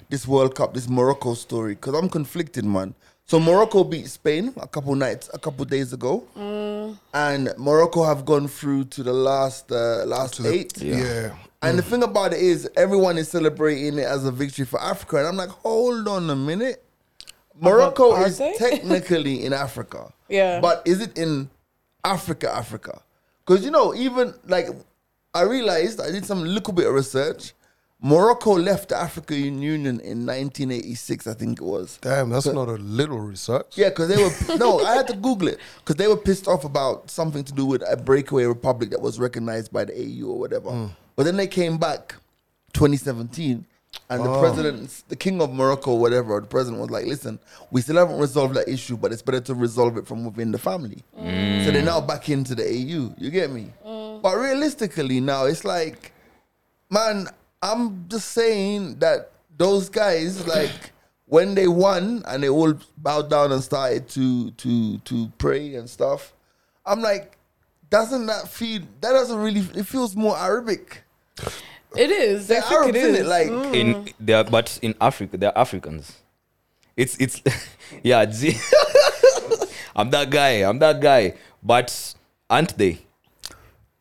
S1: this World Cup, this Morocco story? Because I'm conflicted, man. So So Morocco beat Spain a couple nights, a couple days ago, and Morocco have gone through to the last uh, last
S5: To the-
S1: eight.
S5: yeah.
S1: And
S4: Mm.
S1: the thing about it is, everyone is celebrating it as a victory for Africa, and I'm like, hold on a minute. Morocco
S4: Are
S1: is
S4: they? [laughs]
S1: technically in Africa,
S4: Yeah.
S1: but is it in Africa, Africa? Because you know, even like I realized I did some little bit of research. Morocco left the African Union in 1986, I think it was.
S5: Damn, that's not a little
S1: [laughs]
S5: research.
S1: Yeah, because they were no. I had to Google it because they were pissed off about something to do with a breakaway republic that was recognized by the AU or whatever. But then they came back, 2017, and the president, the king of Morocco, or whatever, the president was like, "Listen, we still haven't resolved that issue, but it's better to resolve it from within the family." So they're now back into the AU. You get me? But realistically, now it's like man, I'm just saying that those guys, like, when they won and they all bowed down and started to to to pray and stuff, I'm like, doesn't that feel? That doesn't really. It feels more Arabic.
S4: It is. I
S1: They're
S4: think it
S1: Arabs,
S4: is.
S1: innit? Like,
S3: in they are, but in Africa they're Africans. It's it's [laughs] yeah. Z- I'm that guy. I'm that guy. But aren't they?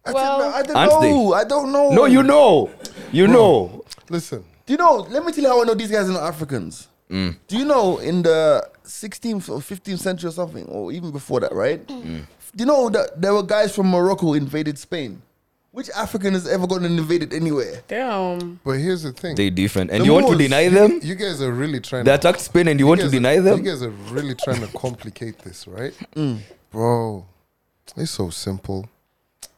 S1: I,
S4: Well-
S1: don't, know- I don't
S3: Aren't they?
S1: know. I don't know.
S3: No, you know, you know.
S5: Listen,
S1: Do you know? Let me tell you how I know these guys are not Africans. Do you know in the 16th or 15th century or something, or even before that, right? Do you know that there were guys from Morocco who invaded Spain? Which African has ever gone and invaded anywhere?
S4: Damn.
S5: but here's the thing.
S3: They different, and
S5: The
S3: you want to
S5: Moors,
S3: deny
S5: you- [laughs]
S3: them?
S5: You guys are really trying
S3: They
S5: to
S3: attacked Spain, and you want to
S5: guys are-
S3: deny them? Mm.
S5: You guys are really trying to complicate this, right? Bro, it's so simple.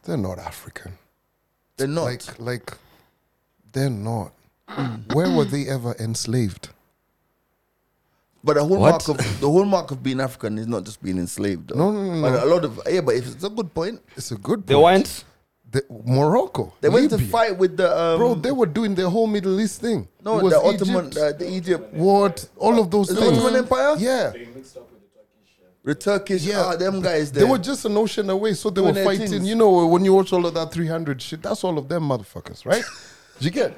S5: They're not African.
S1: They're not.
S5: Like, like, they're not. Where were they ever enslaved?
S1: but the whole
S3: What?
S1: mark of the whole mark of being African is not just being enslaved. Though.
S5: No, no, no,
S1: But uh,
S5: no.
S1: a lot of yeah, but if it's a good point.
S5: It's a good.
S3: They
S5: point.
S3: weren't.
S5: The- Morocco.
S1: They went to
S5: Libya.
S1: fight with the um,
S5: Bro, they were doing their whole Middle East thing. It
S1: no
S5: was
S1: the Ottoman
S5: Egypt,
S1: uh, the Egypt
S5: what? All of those
S1: the
S5: things.
S1: Ottoman Empire
S5: Yeah.
S1: the Turkish
S5: Yeah.
S1: yeah ah, them guys
S5: They
S1: there.
S5: were just an ocean away, so they were
S1: Doing their
S5: fighting.
S1: things.
S5: You know, when you watch all of that 300 shit, that's all of them motherfuckers,
S1: [laughs]
S5: right? Did you get?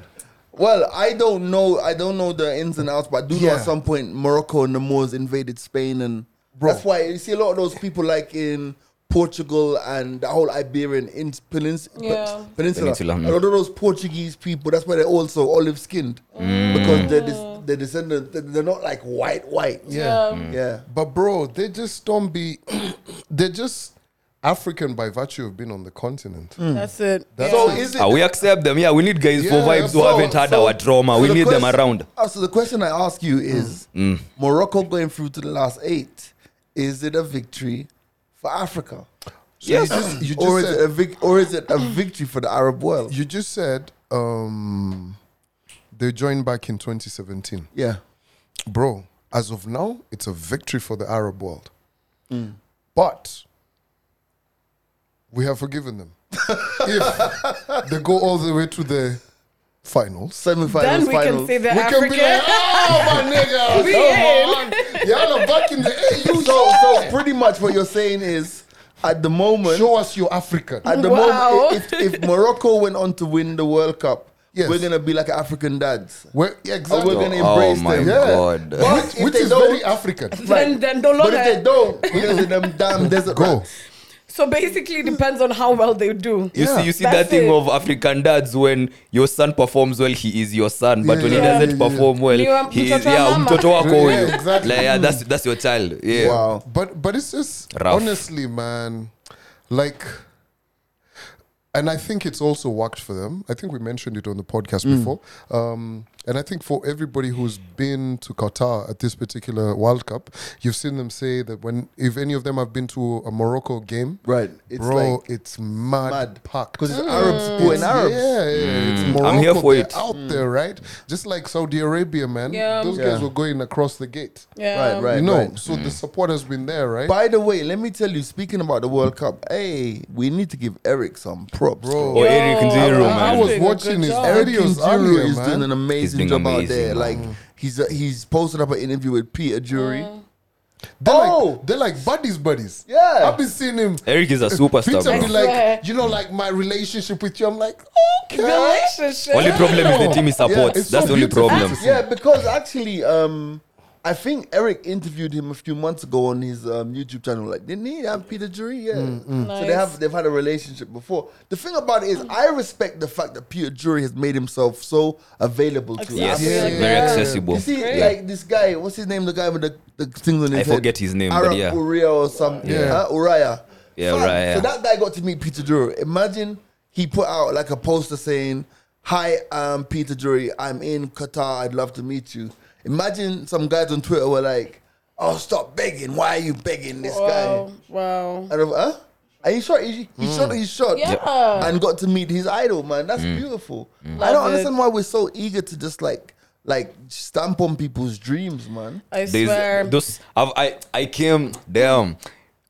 S1: Well, I don't know. I don't know the ins and outs, but I do know
S5: Yeah.
S1: at some point Morocco and the Moors invaded Spain, and
S5: Bro.
S1: that's why you see a lot of those people like in Portugal and the whole Iberian in penins- pe-
S4: Yeah.
S1: peninsula.
S3: Peninsula, mm.
S1: A lot of those Portuguese people. That's why they're also olive skinned because they're des- they're descendants. they- They're not like white white.
S5: Yeah.
S1: yeah.
S5: But bro, they just don't be. [clears throat] they're just African by virtue of being on the continent.
S4: That's it.
S5: That's
S1: So
S4: yeah.
S1: is it?
S3: Ah, we accept them. Yeah, we need guys for
S5: Yeah,
S3: vibes who
S5: so-
S3: haven't had our trauma.
S1: so
S3: we
S1: the
S3: need them
S1: question-
S3: around. Mm.
S1: Ah, so the question I ask you is: Morocco going through to the last eight, is it a victory for Africa?
S5: So you just, you
S1: or
S5: just
S1: is it a
S5: said,
S1: vic- or is it a victory for the Arab world?
S5: you just said um, they joined back in 2017.
S1: yeah,
S5: bro, as of now, it's a victory for the Arab world.
S1: Mm.
S5: But we have
S1: [laughs]
S5: forgiven them. if they go all the way to the finals,
S1: semifinals,
S4: Then we
S1: finals.
S4: can say
S5: we
S4: that
S5: can be like,
S4: African.
S5: oh,
S1: [laughs]
S5: my nigga,
S4: We
S5: come on. Y'all are back in the AU.
S1: so, so pretty much what you're saying is, at the moment,
S5: Show us your African.
S1: at the
S4: Wow.
S1: moment, i- if, if Morocco went on to win the World Cup,
S5: Yes.
S1: we're gonna be like African dads.
S5: Where, yeah,
S1: And
S5: exactly.
S1: we're gonna
S3: Oh
S1: embrace
S3: my
S1: them.
S5: yeah.
S3: God.
S5: Which-
S1: But
S5: Which,
S1: if they
S5: is very
S1: don't-
S5: African.
S4: Then, then
S1: But if they
S4: Dolores.
S1: don't, we're gonna be them damn desert
S5: Go.
S1: rats.
S4: So basically, it depends on how well they do.
S3: You
S5: Yeah.
S3: see, you see
S4: That's
S3: that thing
S4: it.
S3: of African dads when your son performs well, he is your son, but when he
S5: Yeah.
S3: doesn't
S5: Yeah, yeah,
S3: perform well,
S4: Ni wa
S3: he is
S4: mtoto wa
S3: yeah,
S4: mama.
S3: mtoto wako
S5: Yeah,
S3: huyu.
S5: exactly.
S3: Like, yeah, that's that's your child. Yeah.
S1: Wow.
S5: But but it's just
S3: Rough.
S5: honestly, man, like and I think it's also worked for them. I think we mentioned it on the podcast
S1: Mm.
S5: before. Um, and I think for everybody who's been to Qatar at this particular World Cup, you've seen them say that when if any of them have been to a Morocco game,
S1: Right. It's
S5: bro,
S1: like
S5: it's mad,
S1: mad.
S5: packed.
S1: because it's Arabs who and
S5: It's-
S1: Arabs. Mm.
S5: Yeah, yeah, it's Morocco.
S3: I'm here for
S5: they're
S3: it.
S5: out there, right? Just like Saudi Arabia, man.
S4: Yeah.
S5: Those guys
S1: Yeah.
S5: were going across the gate
S4: Yeah.
S1: Right, right.
S5: you know, so
S3: Mm.
S5: the support has been there, right?
S1: By the way, let me tell you, speaking about the World Cup, hey, we need to give Eric some props.
S5: Bro.
S3: Or Oh,
S4: Yo,
S3: Eric Nziro,
S4: I- I
S5: I
S3: man.
S5: was
S4: doing a
S5: watching
S4: good
S5: his
S4: job.
S1: Eric
S5: videos
S1: Injuru
S5: earlier,
S1: is
S5: man.
S1: doing an amazing
S3: doing
S1: job out
S3: amazing,
S1: there.
S3: man.
S1: Like he's uh, he's posted up an interview with Peter Jury.
S5: They're
S1: Oh!
S5: like they're like buddies, buddies.
S1: Yeah.
S5: I've been seeing him.
S3: Eric is a
S5: Peter
S3: superstar.
S5: be
S3: bro.
S4: I
S5: like,
S4: swear.
S5: you know, like my relationship with you. I'm like, okay.
S4: Relationship.
S3: Only problem is the team he
S5: Yeah,
S3: supports.
S5: it's
S3: That's
S5: so
S3: the only
S5: beautiful.
S3: problem.
S5: It's-
S1: Yeah, because actually, um, I think Eric interviewed him a few months ago on his um, YouTube channel. Like, didn't he have Peter Drury? Yeah. So they
S4: Nice.
S1: have they've had a relationship before. The thing about it is, I respect the fact that Peter Drury has made himself so available to
S3: Yes,
S1: us.
S5: Yeah,
S4: like,
S3: very
S4: yeah.
S3: accessible.
S1: You see,
S4: Great.
S1: like this guy, what's his name? The guy with the, the things on his
S3: I
S1: head.
S3: forget his name,
S1: Arab
S3: but yeah.
S1: Uriah or something.
S5: Yeah.
S1: Huh? Uriah.
S3: Yeah,
S1: Fam,
S3: Uriah.
S1: So that guy got to meet Peter Drury. Imagine he put out like a poster saying, "Hi, I'm Peter Drury. I'm in Qatar. I'd love to meet you." Imagine some guys on Twitter were like, "Oh, stop begging. Why are you begging this
S4: Wow.
S1: guy?"
S4: Wow.
S1: And I'm, huh? And he shot. He, he shot. He shot.
S4: Yeah. Yep.
S1: And got to meet his idol, man. That's beautiful. I
S4: Love
S1: don't
S4: it.
S1: understand why we're so eager to just like like stamp on people's dreams, man.
S4: I swear.
S3: There's those. I've, I I came damn,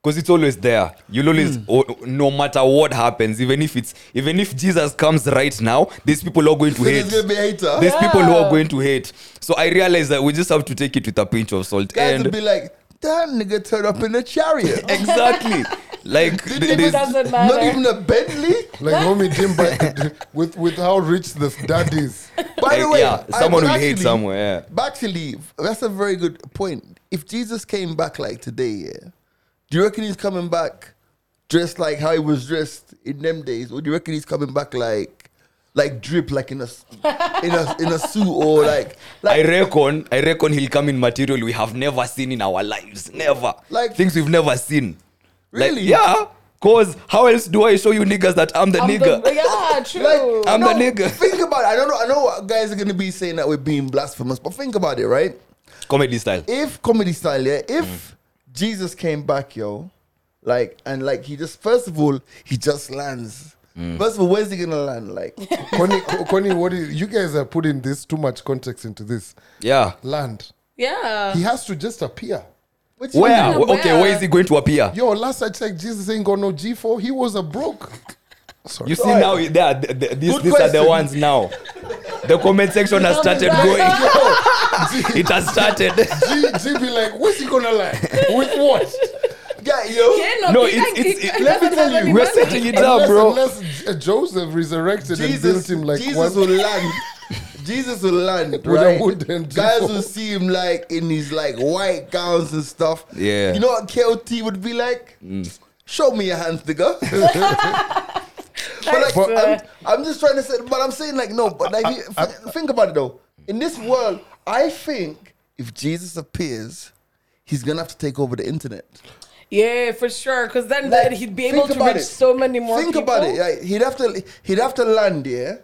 S3: because it's always there. You'll
S1: Hmm.
S3: always, o- no matter what happens, even if it's even if Jesus comes right now, these people are going to
S1: So there's
S3: hate.
S1: gonna be a hater.
S3: These
S1: Guys
S3: people who are going to hate. So I realize that we just have to take it with a pinch of salt.
S1: will
S3: And
S1: be like, that nigga turned up in a chariot. [laughs]
S3: exactly, like
S1: Didn't
S3: th- there's-
S1: even-
S4: doesn't
S1: Not
S4: matter.
S1: even a Bentley.
S5: Like homie Jim, [laughs] but with with how rich the dad is.
S1: By the
S3: Like,
S1: way,
S3: yeah,
S1: I
S3: someone
S1: would
S3: will hate
S1: actually-
S3: somewhere, yeah.
S1: but Actually, that's a very good point. If Jesus came back like today, yeah, do you reckon he's coming back dressed like how he was dressed in them days, or do you reckon he's coming back like, like drip, like in a s- in a in a suit, or like
S3: I
S1: like
S3: reckon I reckon he'll come in material we have never seen in our lives. Never.
S1: Like-
S3: things we've never seen. Like,
S1: Really?
S3: yeah. Cause how else do I show you niggas that I'm the
S4: I'm
S3: nigga?
S4: the- yeah, true.
S1: Like,
S3: I'm
S1: no,
S3: the nigga.
S1: Think about it. I don't know. I know guys are gonna be saying that we're being blasphemous, but think about it, right?
S3: Comedy style.
S1: if comedy style, yeah, if
S3: Mm.
S1: Jesus came back, yo, like and like he just first of all he just lands.
S3: Mm.
S1: First of all, where's he gonna land? Like
S3: [laughs]
S5: Connie, Co- Connie, what do you, you guys are putting this too much context into this
S3: Yeah.
S5: land?
S4: yeah.
S5: He has to just appear.
S1: which
S3: Where?
S4: mean,
S3: Okay,
S4: where?
S3: where is he going to appear?
S5: Yo, last I checked, Jesus ain't got no G four. He was a broke.
S3: You see
S1: Sorry.
S3: now they are, th- th- these,
S1: Good
S3: these are the
S1: question.
S3: ones now. The comment section has started going. It has started.
S5: G, G be like, what's he gonna
S3: [laughs]
S5: lie with what?
S1: yeah, yo,
S4: Yeah, no,
S3: No,
S4: Peter
S3: it's- it's-
S4: Gick-
S3: it- let me
S4: doesn't
S5: tell
S4: have
S5: you,
S4: any
S3: We're
S4: money.
S3: setting it up,
S5: Unless,
S3: bro.
S5: unless J- Joseph resurrected
S1: Jesus,
S5: and built him like
S1: Jesus will
S5: one. [laughs]
S1: land. Jesus will land.
S5: With a
S1: right?
S5: wooden [laughs]
S1: Guys
S5: G4.
S1: will see him like in his like white gowns and stuff.
S3: Yeah.
S1: You know what KOT would be like?
S5: Mm.
S1: Show me your hands,
S5: [laughs]
S1: nigga. But like,
S5: But- uh,
S1: I'm, I'm just trying to say, but I'm saying like, no, but like, you- think about it though. In this world, I think if Jesus appears, he's gonna have to take over the internet.
S4: Yeah, for sure. Because then,
S1: Like,
S4: then he'd be
S1: think
S4: able to
S1: about
S4: reach
S1: it.
S4: so many more
S1: think
S4: people.
S1: about it. Like, he'd have to, he'd have to land here,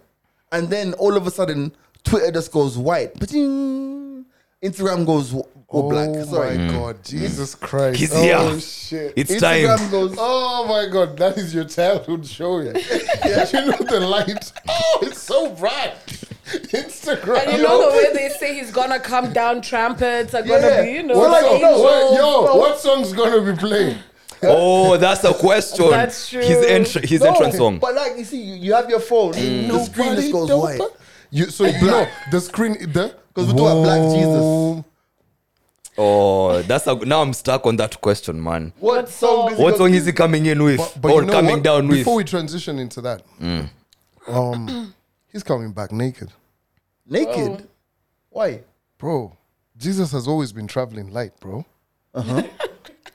S1: and then all of a sudden, Twitter just goes white. Ba-ting. Instagram goes w- or
S5: Oh
S1: black. Sorry.
S3: Mm.
S5: my God, Jesus Christ!
S3: He's
S5: oh
S3: here.
S5: shit!
S3: It's
S1: Instagram
S3: time.
S1: goes.
S5: Oh my god, that is your childhood show.
S1: [laughs]
S5: Yeah. [laughs] you know the light. Oh, it's so bright. Instagram.
S4: And you know the way they say he's gonna come down, trumpets are
S1: Yeah.
S4: gonna be, you know,
S1: Well, like,
S5: what song,
S1: no,
S5: what,
S4: angels.
S5: yo, what song's gonna be playing?
S3: Oh, that's a question.
S4: That's true.
S3: His, entr- his
S1: No,
S3: entrance song.
S1: But like you see, you, you have your phone. The screen just goes
S5: Nobody
S1: white.
S5: don't- You, so you know the screen the
S1: Because we do have black Jesus.
S3: Oh, that's a, now I'm stuck on that question, man.
S1: What,
S4: What
S1: song?
S4: song?
S1: Is he
S3: What
S1: gonna
S3: song
S1: do?
S3: is he coming in with
S5: But, but
S3: or
S5: you know
S3: coming
S5: what?
S3: down with? Mm.
S5: Before we transition into that, um, [clears throat] he's coming back naked,
S1: naked?
S4: Whoa.
S1: Why?
S5: bro. Jesus has always been traveling light, bro.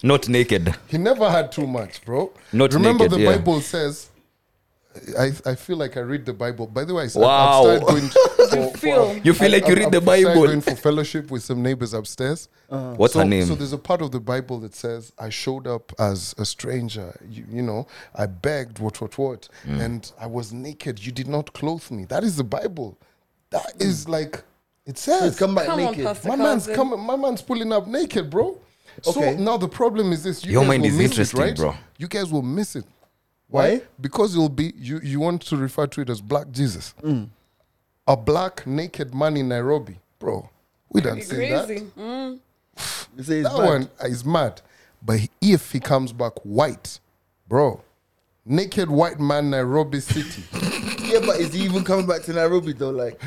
S3: Not naked.
S5: He never had too much, bro.
S3: Not
S5: Remember
S3: naked,
S5: the
S3: yeah.
S5: Bible says. I, I feel like I read the Bible. By the way, I st-
S3: Wow.
S5: I've started going for,
S4: feel.
S3: [laughs] You feel like you
S5: I've-
S3: read
S5: I've
S3: the
S5: started
S3: Bible. Uh-huh.
S5: Going for fellowship with some neighbors upstairs.
S3: [laughs] What's
S5: so,
S3: her name?
S5: So there's a part of the Bible that says, "I showed up as a stranger. You, you know, I begged, what, what, what,
S3: Hmm.
S5: and I was naked. You did not clothe me." That is the Bible. That
S3: Hmm.
S5: is like it says.
S1: He's come back
S4: Come on,
S1: naked.
S4: Pastor.
S5: my man's
S4: cousin.
S5: coming. My man's pulling up naked, bro.
S1: Okay.
S5: So now the problem is this: you
S3: Your
S5: guys
S3: mind
S5: will
S3: is
S5: miss it,
S3: interesting,
S5: right?
S3: bro.
S5: You guys will miss it.
S1: Why?
S5: Because you'll be you. You want to refer to it as Black Jesus,
S3: Mm.
S5: a black naked man in Nairobi, bro. We don't
S4: Be
S5: see that.
S4: crazy. [laughs] Mm.
S1: You say it's
S5: That
S1: bad.
S5: one is mad. But he- if he comes back white, bro, naked white man
S3: [laughs]
S5: Nairobi City,
S1: Yeah, but is he even coming back to Nairobi though? Like,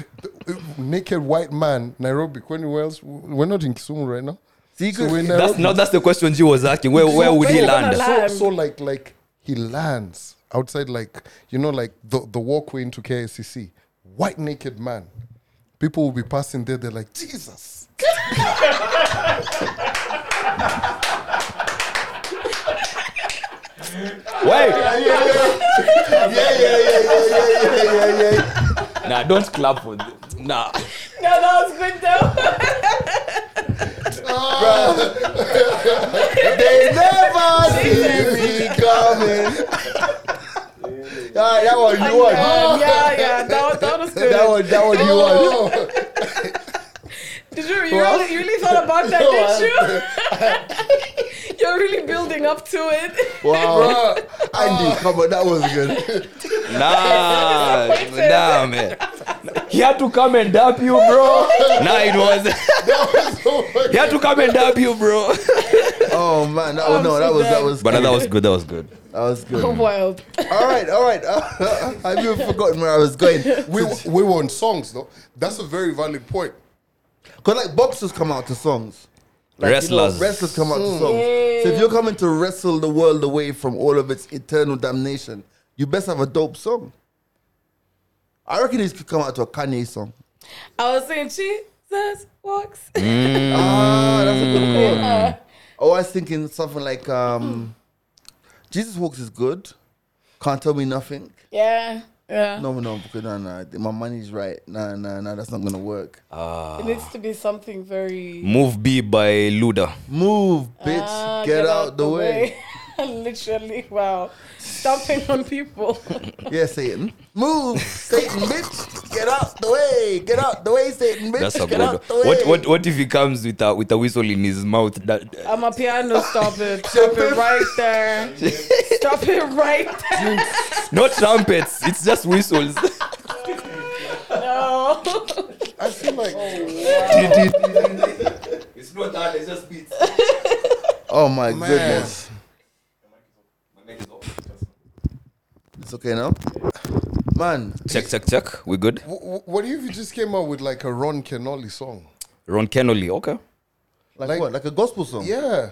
S5: uh, naked white man Nairobi. When where else? We're not in Kisumu right now.
S1: see, he
S5: So
S1: could,
S5: we're in
S3: that's
S5: Nairobi.
S3: no, that's the question G was asking. Where where would he
S4: where would I
S3: land?
S4: land?
S5: So,
S4: Land.
S5: so like like he lands outside like you know like the the walkway into KSCC. White naked man people will be passing there. They're like, Jesus.
S3: Why?
S1: yeah, yeah, yeah, yeah, yeah, yeah, yeah, yeah, yeah.
S3: Nah, don't clap for them. Nah.
S4: No, that
S1: [laughs]
S4: was good though.
S1: They never see me coming. Yeah, Ah, that one you want.
S4: Um, yeah, yeah, that was, that was
S1: [laughs]
S4: good.
S1: That one, that one you want.
S5: Oh,
S4: Did you, you, really, you really thought
S1: [laughs]
S4: about that, didn't you? [laughs] You're really building up to it. [laughs]
S1: Wow. Andy, come on, that was good.
S3: Nah, nah, man. He had to come and dab
S1: [laughs]
S3: you, bro. nah, it was. he had to come and dab you,
S1: [laughs]
S3: bro.
S1: Oh man, that was, no, that was that was
S3: But that was good. That was good.
S1: that was good.
S4: Wild.
S1: All right, all right. [laughs] I've even forgotten where I was going. [laughs]
S5: we, we were on songs, though. That's a very valid point.
S1: Cause like boxers come out to songs. Like,
S3: Wrestlers.
S1: You know, wrestlers come out to songs. So if you're coming to wrestle the world away from all of its eternal damnation, you best have a dope song. I reckon this could come out to a Kanye song.
S4: I was saying Jesus walks.
S1: Mm. Ah, that's a
S3: Mm.
S1: good call. Oh, I was thinking something like um, Jesus Walks is good. Can't tell me nothing.
S4: [laughs] Yeah. Yeah.
S1: No, no, because no, no, my money's right. No, no, no, that's not gonna work.
S3: Uh,
S4: It needs to be something very
S3: Move B by Luda.
S1: Move, bitch,
S4: Ah,
S1: get, out, the way.
S4: [laughs] Literally, wow. Stomping
S1: [laughs]
S4: on people.
S1: [laughs] Yeah, Satan. Move, Satan, bitch. Get out the way. Get out the way, Satan, bitch.
S3: That's a
S1: get
S3: good one.
S1: out the way.
S3: What, what, what if he comes with a, with a whistle in his mouth? That,
S4: I'm a piano.
S1: [laughs]
S4: Stop it. Stop it right there. Stop it right there.
S3: not trumpets. It's just whistles.
S4: No.
S5: I feel
S3: [laughs]
S5: like
S3: [laughs] Oh. it's not that. It's just beats.
S1: Oh my
S5: Man.
S1: goodness. It's okay now, man.
S3: Check, check, check. We good.
S5: w- w- what if you just came out with like a Ron Kenoli song?
S3: Ron Kennelly. Okay.
S1: Like,
S5: Like-
S1: what? Like a gospel
S3: Oh.
S1: song?
S5: Yeah.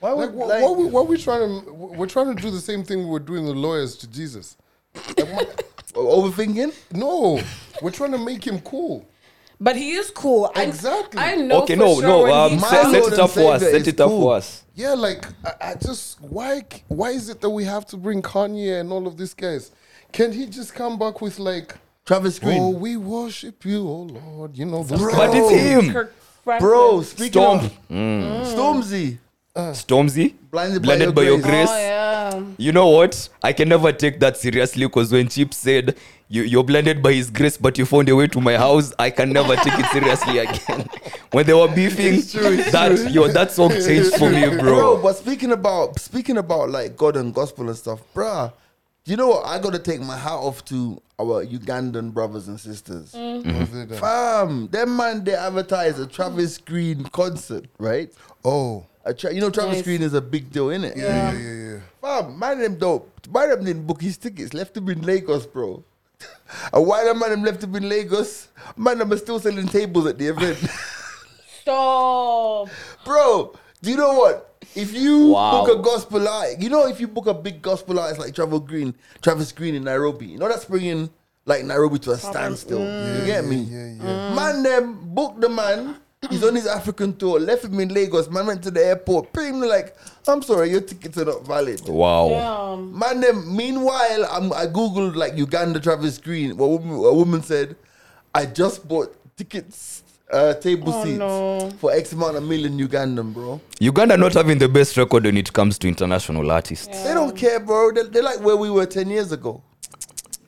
S1: Why would
S5: Like,
S1: like,
S5: wha- what, we, what we trying to we're trying to do the same thing we were doing the lawyers to Jesus.
S1: overthinking?
S5: No, we're trying to make him cool.
S4: But he is cool. I-
S5: Exactly.
S4: I, know.
S3: okay.
S4: for
S3: No,
S4: sure
S3: no.
S4: when
S3: Um,
S4: he
S1: My
S3: set,
S4: comes.
S3: set
S1: Lord
S3: it up
S1: and
S3: for us.
S1: Savior
S3: Set
S1: is
S3: it up
S1: cool.
S3: for us.
S5: Yeah, like I, I just why c- why is it that we have to bring Kanye and all of these guys? Can he just come back with like,
S1: Travis Green.
S5: oh, we worship you, oh Lord, you know, those
S1: Bro.
S5: guys.
S3: But it's him.
S4: Kirk Franklin.
S1: Bro, speaking
S3: Storm. Mm.
S1: of Stormzy,
S3: Stormzy.
S1: Blinded by Your
S3: Blinded by your
S1: Grace.
S4: Oh
S3: grace.
S4: yeah.
S3: You know what? I can never take that seriously because when Chip said you, you're blinded by his grace, but you found a way to my house, I can never take it seriously [laughs] again. when they were beefing, that yo, that song changed for me,
S1: bro.
S3: bro.
S1: But speaking about speaking about like God and gospel and stuff, bruh. You know what? I gotta take my hat off to our Ugandan brothers and sisters.
S5: Mm-hmm.
S1: Fam, them man they advertise a Travis Green concert, right?
S5: Oh,
S1: A tra- you know Travis
S4: Nice.
S1: Green is a big deal, innit?
S5: yeah, yeah, yeah. yeah.
S1: Fam, man them dope. Man them didn't book his tickets, left him in Lagos, bro. [laughs] And while the man them left him in Lagos, man them are still selling tables at the event. [laughs]
S4: Stop.
S1: Bro, do you know what? If you
S3: Wow.
S1: book a gospel artist, you know if you book a big gospel artist like Travis Green, Travis Green in Nairobi, you know that's bringing like Nairobi to a standstill. you get me?
S5: yeah, yeah.
S1: Man, them book the man. He's on his African tour. Left him in Lagos. Man went to the airport. Pretty much like, I'm sorry, your tickets are not valid.
S3: Wow.
S4: Damn.
S1: Man, them. Meanwhile, I'm, I googled like Uganda Travis Green. A woman, a woman said, "I just bought tickets, uh, table
S4: Oh,
S1: seats
S4: no.
S1: for X amount of million Ugandan, bro.
S3: Uganda not having the best record when it comes to international artists.
S1: They
S4: Um.
S1: don't care, bro. They, they're like where we were ten years ago,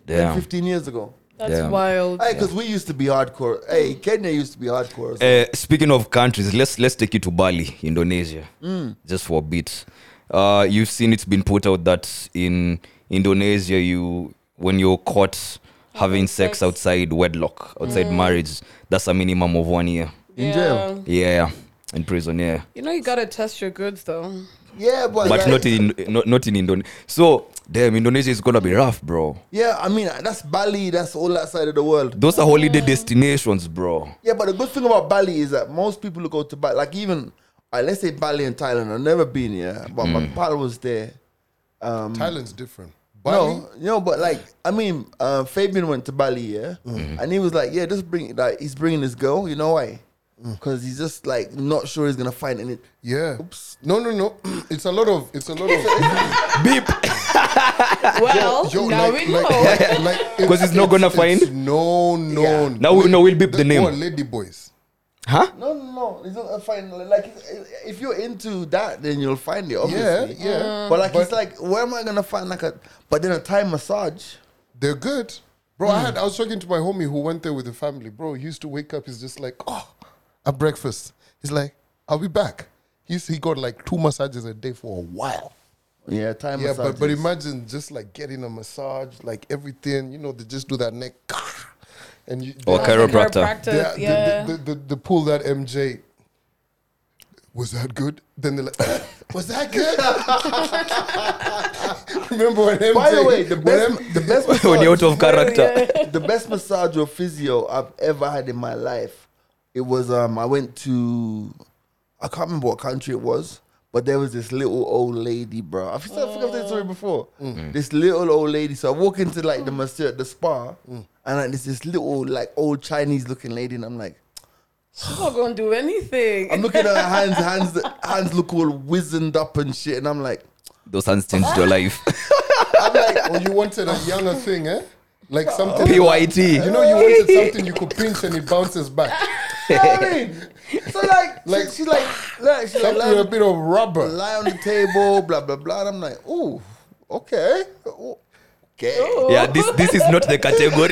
S1: 10,
S3: Damn.
S1: fifteen years ago.
S4: That's
S3: Damn.
S4: wild.
S1: Hey, because we used to be hardcore. Hey, Kenya used to be hardcore.
S3: Uh, speaking of countries, let's let's take it to Bali, Indonesia, just for a bit. Uh, you've seen it's been put out that in Indonesia, you when you're caught having sex
S4: sex.
S3: outside wedlock, outside marriage, that's a minimum of one year.
S1: in jail.
S4: Yeah.
S3: Yeah, in prison. Yeah,
S4: You know you gotta test your goods though.
S1: [laughs] Yeah, but,
S3: but
S1: like-
S3: not in not, not in Indonesia. So damn, Indonesia is gonna be rough, bro.
S1: yeah. I mean, that's Bali. That's all that side of the world.
S3: Those are holiday destinations, bro.
S1: Yeah, but the good thing about Bali is that most people who go to Bali, like even uh, let's
S3: Mm.
S1: say Bali and Thailand, I've never been here, but my pal was there.
S3: Um,
S5: Thailand's different. Bali?
S1: No, you know, but like, I mean, uh, Fabian went to Bali, yeah,
S5: Mm-hmm.
S1: and he was like, yeah, just bring like he's bringing his girl. You know why?
S5: Mm.
S1: Because he's just like not sure he's gonna find any.
S5: Yeah.
S1: Oops.
S5: No, no, [clears throat] no. It's a lot of. It's a
S3: [laughs]
S5: lot of.
S3: Beep.
S4: Well,
S5: yo,
S4: now
S5: like-
S4: we know.
S5: like- like- like,
S3: [laughs]
S5: it's-
S3: 'Cause he's not gonna
S5: it's- it's
S3: find-
S5: No, no.
S1: Yeah.
S3: Now we- no, we'll beep the name.
S5: Oh, lady boys.
S3: Huh?
S1: No, no, no. He's not gonna find like if you're into that, then you'll find it. Obviously.
S5: Yeah, yeah.
S1: But like,
S5: But-
S1: it's like, where am I gonna find like a? But then a Thai massage.
S5: They're good, bro.
S1: Hmm.
S5: I had. I was talking to my homie who went there with the family, bro. He used to wake up. He's just like, oh, at breakfast. He's like, I'll be back. He's, he got like two massages a day for a while.
S1: Yeah, Thai
S5: Yeah,
S1: massage.
S5: but, but imagine just like getting a massage, like everything, you know, they just do that neck. [laughs] And you,
S3: Or
S5: they-
S3: chiropractor.
S5: they-
S4: Chiropractor,
S5: they-
S4: yeah.
S5: they, they- they pull that MJ. Was that good? Then they're like, was
S1: [laughs]
S5: that good? [laughs] Remember when MJ.
S1: by the way, the
S5: when
S1: best,
S5: M-
S1: the best
S5: [laughs]
S3: when you're out
S1: massage,
S3: of
S1: [laughs]
S3: character.
S1: the best massage or physio I've ever had in my life. It was um, I went to, I can't remember what country it was, but there was this little old lady, bro. I think I think I've told the story before. This little old lady. So I walk into like the masseur, the spa, and like, there's this little like old Chinese looking lady, and I'm like.
S4: She's not gonna do anything.
S1: I'm looking at her hands, hands, hands look all wizened up and shit, and I'm like,
S3: Those hands changed your life.
S5: I'm [laughs] like, oh, you wanted a younger thing, eh? Like something.
S3: PYT.
S5: You know, you wanted something you could pinch and it bounces back.
S1: you know what I mean? [laughs] So like,
S5: Like-
S1: like she's like, like she's like,
S5: Something
S1: lying,
S5: with a bit of rubber.
S1: lie on the table, blah blah blah. And I'm like, ooh, okay, Ooh, okay.
S5: Oh.
S3: Yeah, this this is not the
S5: [laughs]
S3: category.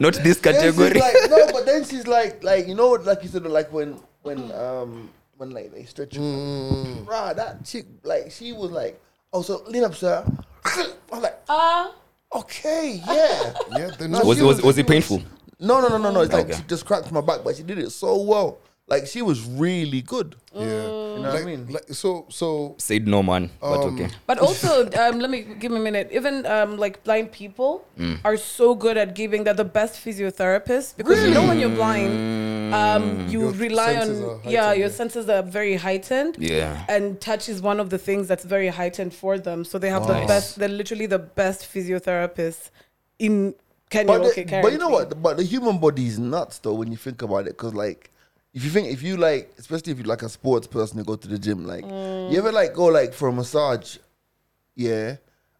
S3: not this
S1: Then she's
S3: category.
S1: like, no, but then she's like, like you know, like you said, like when when um when like they stretch, you,
S3: Mm.
S1: Bruh, that chick, like she was like, oh, so lean up, sir. [laughs] I'm like,
S4: Ah,
S1: okay,
S3: [laughs]
S1: yeah.
S5: Yeah, they're
S1: No,
S5: not-
S3: Was
S1: she
S3: was was it painful?
S1: No, no, no, no, no. It's like
S3: Okay.
S1: she just cracked my back, but she did it so well. Like she was really good.
S5: Yeah. You
S1: know what I
S5: like,
S1: mean?
S5: Like, so, so
S3: Said no man, but
S5: Um,
S3: okay.
S4: but also, um, let me give me a minute. Even um, like blind people
S3: Mm.
S4: are so good at giving. They're the best physiotherapists because you know when you're blind,
S3: Mm.
S4: um, you
S5: Your
S4: rely on
S5: senses are
S4: yeah,
S5: heightened,
S4: your
S5: yeah.
S4: senses are very heightened.
S3: Yeah.
S4: and touch is one of the things that's very heightened for them. So they have the
S3: Nice.
S4: best. They're literally the best physiotherapists in Kenya.
S1: But,
S4: okay,
S1: the- but
S4: currently.
S1: you know what? But the human body is nuts though when you think about it. Because like, if you think if you like, especially if you're like a sports person, you go to the gym. Like,
S5: Mm.
S1: you ever like go like for a massage, yeah,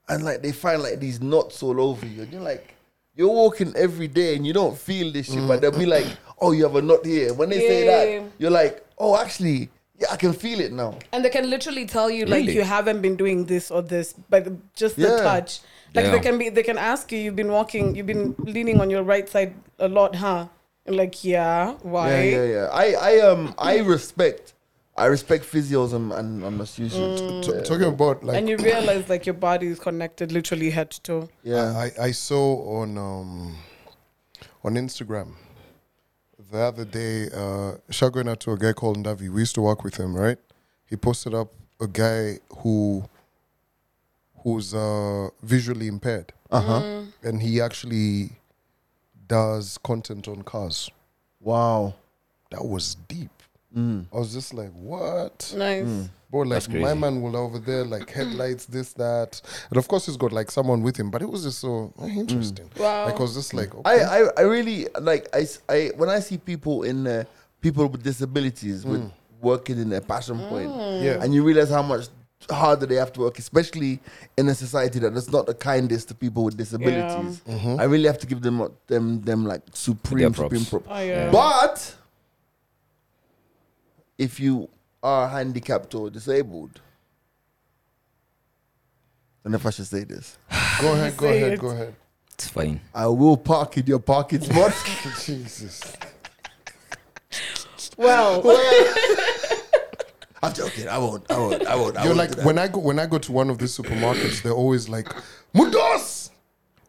S1: and like they find like these knots all over you, and you're like. You're walking every day and you don't feel this shit, but they'll be
S5: Mm.
S1: like, "Oh, you have a knot here." When they say
S4: Yeah.
S1: that, you're like, "Oh, actually, yeah, I can feel it now."
S4: And they can literally tell you like
S3: Really?
S4: you haven't been doing this or this, but just the
S1: Yeah.
S4: touch. Like
S3: Yeah.
S4: they can be, they can ask you. You've been walking, you've been leaning on your right side a lot, huh? And like, yeah,
S1: Yeah,
S4: why?
S1: yeah, yeah. I, I, um, I respect, I respect physios and and, and masseuses.
S5: t- talking about like
S4: And you realize like your body is connected literally head to toe.
S1: Yeah,
S5: I, I saw on um, on Instagram the other day, uh, shout going out to a guy called Ndavi. We used to work with him, right? He posted up a guy who who's uh, visually impaired, Mm.
S1: uh-huh.
S5: and he actually does content on cars.
S1: Wow.
S5: That was deep. I was just like, what?
S4: Nice.
S1: Hmm.
S5: Bro, like
S3: That's
S5: my
S3: crazy.
S5: man will over there, like headlights, this, that. And of course, he's got like someone with him, but it was just so
S3: Mm.
S5: eh, interesting.
S4: Wow.
S5: Like, I was just like, okay.
S1: I, I, I really like I, s- I- when I see people in uh, people with disabilities with working in their passion
S4: Hmm.
S1: point,
S5: Hmm. Yeah.
S1: and you realize how much harder they have to work, especially in a society that is not the kindest to people with disabilities.
S5: Mm-hmm.
S1: I really have to give them uh, them them like supreme
S3: props.
S1: supreme props.
S4: Oh, yeah.
S1: But if you are handicapped or disabled, and if I should say this,
S5: go ahead, go
S4: Say
S5: ahead,
S4: it.
S5: go ahead. [laughs]
S3: It's fine.
S1: I will park in your parking [laughs] spot.
S5: Jesus.
S4: Well,
S1: I'm joking. I won't. I won't. I won't. I
S5: You're
S1: won't
S5: like,
S1: do that.
S5: when I go when I go to one of these supermarkets, they're always like, Mundos!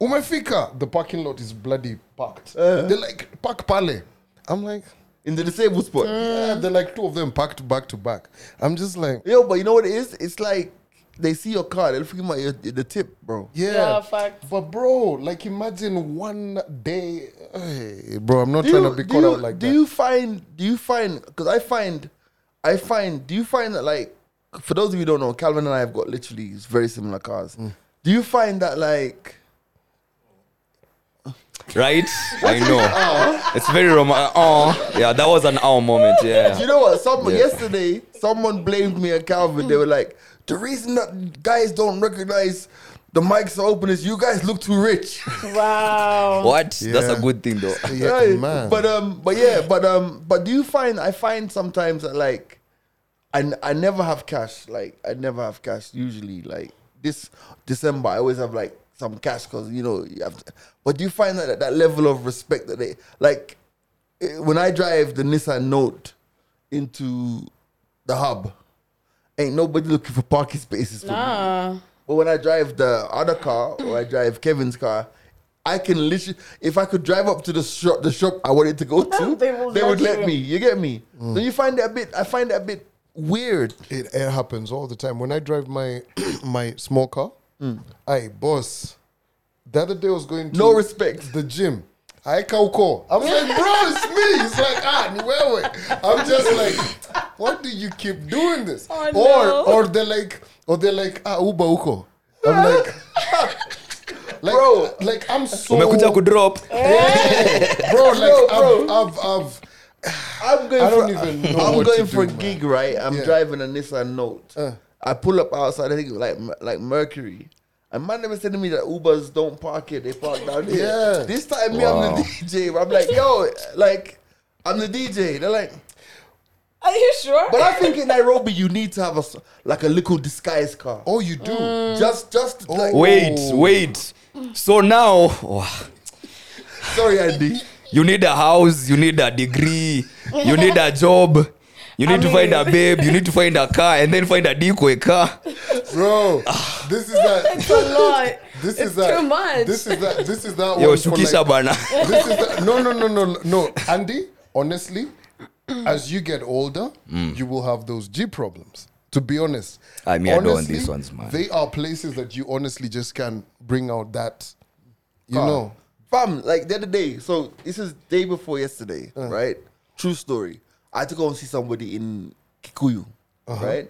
S5: Umefika! The parking lot is bloody packed.
S4: Uh-huh.
S5: They're like, Park Pale. I'm like,
S1: in the disabled spot.
S4: Mm.
S5: yeah, they're like two of them packed back to back. I'm just like,
S1: Yo, but you know what it is? It's like they see your car, they're looking at your, the tip, bro.
S5: Yeah.
S4: Yeah, facts.
S5: But bro, like imagine one day, Hey, bro. I'm not
S1: Do
S5: trying
S1: you,
S5: to be
S1: do
S5: caught
S1: you,
S5: out like
S1: do
S5: that.
S1: you find? Do you find? Because I find, I
S5: Mm.
S1: find. Do you find that like, for those of you who don't know, Calvin and I have got literally very similar cars, Do you find that like
S3: right? I know. It's very romantic. Oh, yeah, that was an hour moment.
S1: Do you
S3: Yeah.
S1: know what? Someone
S3: Yeah.
S1: yesterday, someone blamed me and Calvin. They were like, the reason that guys don't recognize the mics are open is you guys look too rich.
S4: Wow.
S3: What? That's
S5: Yeah.
S3: a good thing, though.
S5: Yeah,
S1: Right?
S5: man.
S1: But um, but yeah, but um, but do you find I find sometimes that like, I n- I never have cash. Like I never have cash usually. Like this December, I always have like some cash because you know you have. To, but do you find that that level of respect that they like eh, when I drive the Nissan Note into the hub, ain't nobody looking for parking spaces. for me.
S4: Ah.
S1: But when I drive the other car, or I drive Kevin's car, I can literally, if I could drive up to the shop, the shop I wanted to go to,
S4: [laughs] They will
S1: they
S4: let
S1: would let
S4: you.
S1: me. You get me? Don't you find it a bit? I find it a bit weird.
S5: It, it happens all the time. When I drive my [clears throat] my small car, I boss. The other day I was going to
S1: Mm. No respect.
S5: the gym. I can call. I'm like, bro, it's me. It's like, ah, niwewe. I'm just like, what do you keep doing this?
S4: Oh,
S5: or
S4: no.
S5: or they're like, or they're like, ah, uba uko.
S4: [laughs]
S5: I'm like, like,
S1: Bro.
S5: like I'm so,
S3: Umekuja
S5: bro,
S3: kudrop.
S5: [laughs] like,
S1: bro.
S5: I've, I've, I've,
S1: I'm going.
S5: I
S1: for,
S5: don't even
S1: [laughs]
S5: know
S1: I'm
S5: what
S1: going
S5: to
S1: for
S5: do,
S1: a
S5: man.
S1: gig, right? I'm
S5: Yeah.
S1: driving a Nissan Note.
S5: Uh.
S1: I pull up outside. I think like like Mercury. And man, they were telling me that Ubers don't park here; they park down here.
S5: Yeah.
S1: This time, me, I'm [laughs] the DJ. I'm like, yo, like, I'm the DJ. They're like,
S4: Are you sure?
S1: But I think in Nairobi you need to have a s- like a little disguise car. Mm.
S5: oh, you do. Oh.
S1: Just, just like oh,
S3: Wait, wait. So now, wow,
S1: sorry, Andy.
S3: you need a house, you need a degree, you need a job, you need
S4: I
S3: to find a
S4: mean-
S3: babe, you need to find a car, and then find a decoy car.
S5: bro. This
S4: [laughs]
S5: is
S4: it's a
S5: that.
S4: lot.
S5: This
S4: it's
S5: is that.
S4: too much.
S5: This is that. This is that
S3: Yo,
S5: one for
S3: shukisha
S5: like,
S3: bana.
S5: This is that. No, no, no, no, no. Andy, honestly, as you get older, you will have those G problems. To be honest,
S3: Mm. I mean, I don't want these ones, man.
S5: They are places that you honestly just can bring out that, you
S1: Car.
S3: [laughs]
S5: know.
S1: Fam, like the other day. So this is day before yesterday,
S5: Uh.
S1: right? True story. I had to go and see somebody in Kikuyu,
S5: Uh-huh.
S1: right?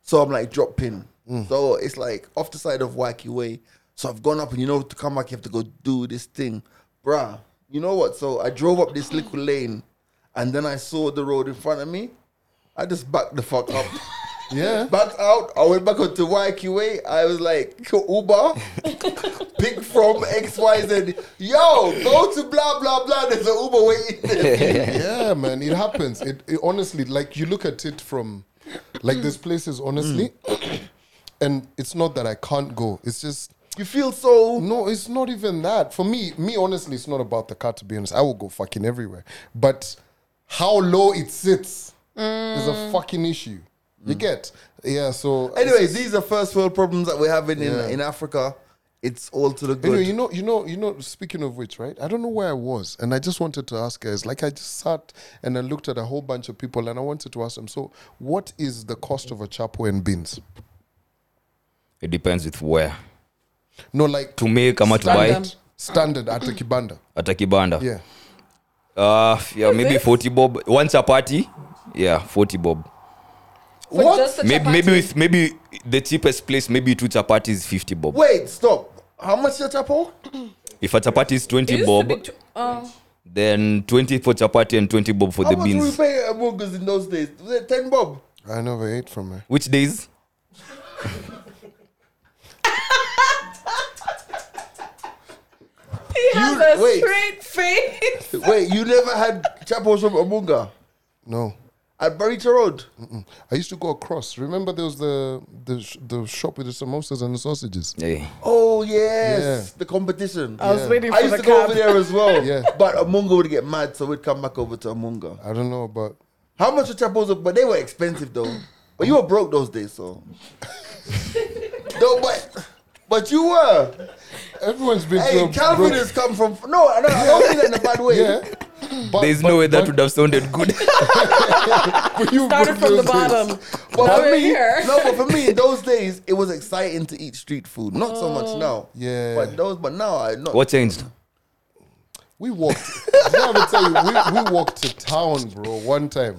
S1: So I'm like drop pin.
S5: Mm.
S1: So it's like off the side of Wacky Way. So I've gone up, and you know to come back, you have to go do this thing, bruh. You know what? So I drove up this little lane, and then I saw the road in front of me. I just backed the fuck up.
S5: [laughs] Yeah,
S1: backed out. I went back onto YQA. I was like, Uber, [laughs] pick from XYZ. Yo, go to blah, blah, blah. There's an Uber waiting there.
S5: yeah, man. It happens. It, it honestly, like you look at it from, like there's places honestly,
S3: Mm.
S5: and it's not that I can't go. It's just
S1: You feel so.
S5: No, it's not even that. For me, me honestly, it's not about the car. To be honest, I will go fucking everywhere. But how low it sits is a fucking issue. You get, yeah. So
S1: Anyway, these are first world problems that we're having in,
S5: Yeah.
S1: in Africa. It's all to the good.
S5: Anyway, you know, you know, you know. Speaking of which, right? I don't know where I was, and I just wanted to ask guys. Like, I just sat and I looked at a whole bunch of people, and I wanted to ask them. So, what is the cost of a chapo and beans?
S3: It depends with where.
S5: No, like
S3: To make, ama to buy,
S4: Standard.
S5: standard at a kibanda.
S3: at a kibanda.
S5: Yeah.
S3: Uh, yeah, maybe
S4: this?
S3: 40 bob. Once a party, yeah, 40 bob.
S4: For
S1: What?
S4: just a
S3: Maybe,
S4: chapati?
S3: maybe with maybe the cheapest place, maybe two chapatis is 50 bob.
S1: Wait, stop. How much is that apple?
S3: If a chapati is
S4: It
S3: 20
S4: used to
S3: bob,
S4: be tw- oh.
S3: then 20 for chapati and 20 bob for
S1: How
S3: the
S1: much were we
S3: beans.
S1: paying at burgers in those days? Was it 10 bob?
S5: I never ate from her.
S3: Which days?
S4: He has a
S1: wait.
S4: straight face. [laughs]
S1: Wait, you never had chapos from Amunga
S5: No.
S1: at Barita Road?
S5: I used to go across. Remember, there was the the, sh- the shop with the samosas and the sausages.
S3: Yeah.
S1: Oh, yes.
S5: Yeah.
S1: The competition.
S4: I was
S5: Yeah.
S4: waiting for
S1: I used
S4: the
S1: to go
S4: cab.
S1: over there as well.
S5: [laughs] Yeah.
S1: But Amunga would get mad, so we'd come back over to Amunga.
S5: I don't know about.
S1: How much were Chapos? But they were expensive though. But you were broke those days,
S5: [laughs]
S1: so. no, but but you were.
S5: Everyone's been
S1: Hey,
S5: to a
S1: Calvin
S5: bro-
S1: has come from. No, I don't, I don't mean that in a bad way.
S5: Yeah,
S1: Oh,
S5: but,
S3: There's
S5: but-
S3: no way that
S5: but-
S3: would have sounded
S1: [laughs]
S3: good.
S5: but [laughs] you
S4: Started
S5: broke
S4: from the
S5: those days.
S4: bottom.
S1: But
S4: Now
S1: for
S4: we're
S1: me,
S4: here.
S1: no, but for me, in those days, it was exciting to eat street food. Not so
S4: Oh.
S1: much now.
S5: Yeah.
S1: But those, but now I not.
S3: what changed?
S5: We walked. Did I ever tell you? We, we walked to town, bro.
S3: Mm-hmm.
S5: One time.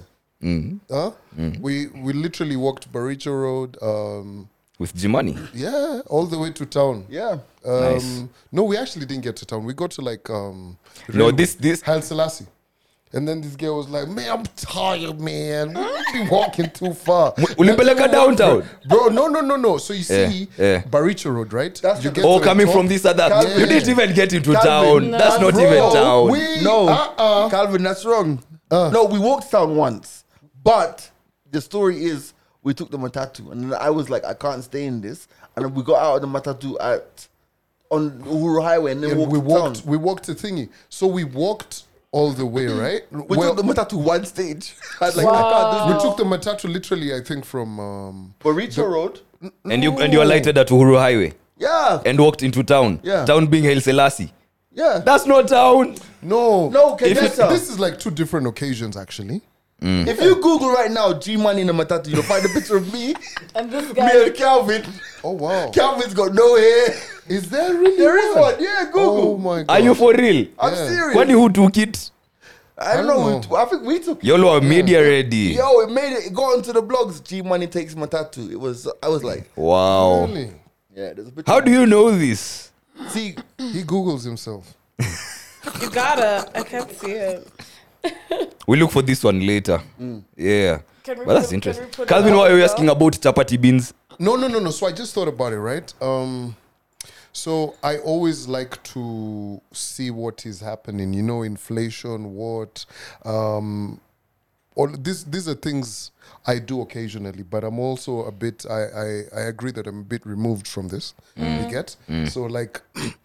S5: Huh? We we literally walked Baricho Road, um,
S3: with Jimani.
S5: Yeah, all the way to town.
S1: Yeah.
S5: Um,
S3: Nice.
S5: No, we actually didn't get to town. We got to like um,
S3: No, this- this-
S5: Haile Selassie. And then this girl was like, "Man, I'm tired, man. We be walking too far."
S3: ulipeleka downtown?
S5: bro? No, no, no, no. So you
S3: Yeah,
S5: see,
S3: yeah.
S5: Baricho Road, right?
S1: That's
S5: you
S1: the-
S5: get
S3: Oh,
S5: to the
S3: coming
S5: top.
S3: from this other.
S1: Calvin.
S3: You didn't even get into
S1: Calvin.
S3: town. That's not
S1: Bro,
S3: even town.
S5: we-
S1: No,
S5: Uh-uh. Uh.
S1: Calvin, that's wrong. no, we walked town once, but the story is we took the matatu, and I was like, I can't stay in this, and we got out of the matatu at on Uhuru Highway, and then
S5: And
S1: walked
S5: we
S1: to
S5: walked.
S1: town.
S5: We walked the thingy. So we walked all
S1: [clears throat]
S5: the way, right?
S1: We
S5: Well,
S1: took the matatu one stage. [laughs] I was like, I can't do
S5: we
S1: this.
S5: took the matatu literally, I think, from um,
S1: Burrito Road.
S3: And you and you alighted at Uhuru Highway
S1: Yeah,
S3: and walked into town.
S1: Yeah.
S3: Town being Haile Selassie.
S1: yeah.
S3: That's not town.
S5: no,
S1: no,
S3: If you-
S1: Kenyatta.
S5: This is like two different occasions, actually.
S1: If you Google right now G Money in a Matatu, you'll find a picture of me,
S4: And this
S1: me
S4: guy.
S1: and Calvin.
S5: Oh wow!
S1: Calvin's got no hair.
S5: Is there really?
S1: There is one. Yeah,
S5: Oh
S1: Google.
S5: my god!
S3: Are you for real?
S1: I'm
S5: Yeah.
S1: serious.
S3: Kwani who took it?
S1: I don't
S5: I don't
S1: know.
S5: know.
S1: We, I think we took it.
S3: Y'all are media ready.
S1: Yo, it made it. It got onto the blogs. G Money takes Matatu. It was. I was like,
S3: Wow.
S5: Really?
S1: yeah. There's a picture.
S3: How do you know this?
S1: see?
S5: He googles himself.
S4: You gotta. I can't see it.
S3: We look for this one later.
S1: Mm.
S3: Yeah.
S4: Can we
S3: Well, that's
S4: put-
S3: interesting.
S4: can we put it
S3: Calvin,
S4: up
S3: why are you
S4: now?
S3: asking about chapati beans?
S5: No, no, no, no. So I just thought about it, right? Um, so I always like to see what is happening. You know, inflation, what, um, all these these are things I do occasionally, but I'm also a bit. I I, I agree that I'm a bit removed from this. You get so like. [clears throat]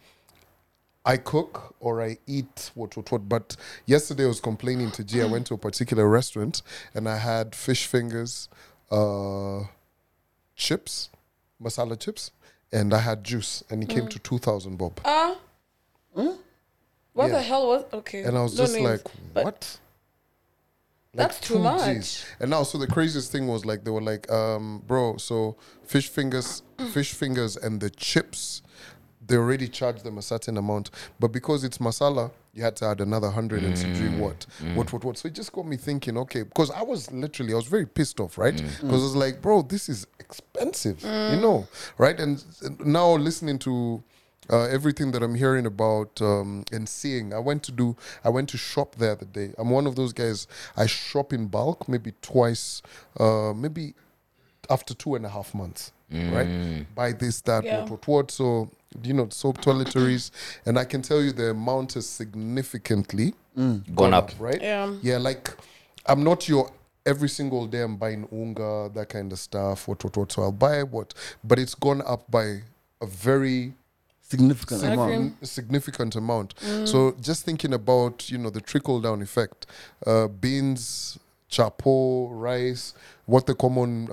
S5: I cook or I eat what what what. But yesterday I was complaining to G. I went to a particular restaurant and I had fish fingers, uh, chips, masala chips, and I had juice, and it
S4: Mm.
S5: came to two thousand bob.
S4: Uh, What
S5: Hmm? Yeah.
S4: the hell was okay?
S5: and I was
S4: no
S5: just
S4: names,
S5: like,
S4: but
S5: what?
S4: That's too
S5: two
S4: much.
S5: Gs. And now, so the craziest thing was like they were like, um, bro, so fish
S4: [clears throat]
S5: fingers, fish fingers, and the chips, they already charged them a certain amount, but because it's masala, you had to add another hundred and subdue what, what, what, what. So it just got me thinking, okay, because I was literally, I was very pissed off, right? Because I was like, bro, this is expensive, you know, right? And s- now listening to uh, everything that I'm hearing about um, and seeing. I went to do. I went to shop the other day. I'm one of those guys. I shop in bulk, maybe twice, uh, maybe after two and a half months. Right, buy this, that,
S4: Yeah.
S5: what, what, what. So you know, soap toiletries, and I can tell you the amount has significantly
S3: Gone up.
S5: right?
S4: Yeah.
S5: yeah. Like, I'm not your every single day. I'm buying unga, that kind of stuff. What, what, what. So I'll buy what, but it's gone up by a very
S1: Significant
S4: Sour
S1: amount.
S4: cream.
S5: sign- um, significant amount.
S4: Mm.
S5: So just thinking about you know the trickle down effect, uh, beans, chapo, rice, what the common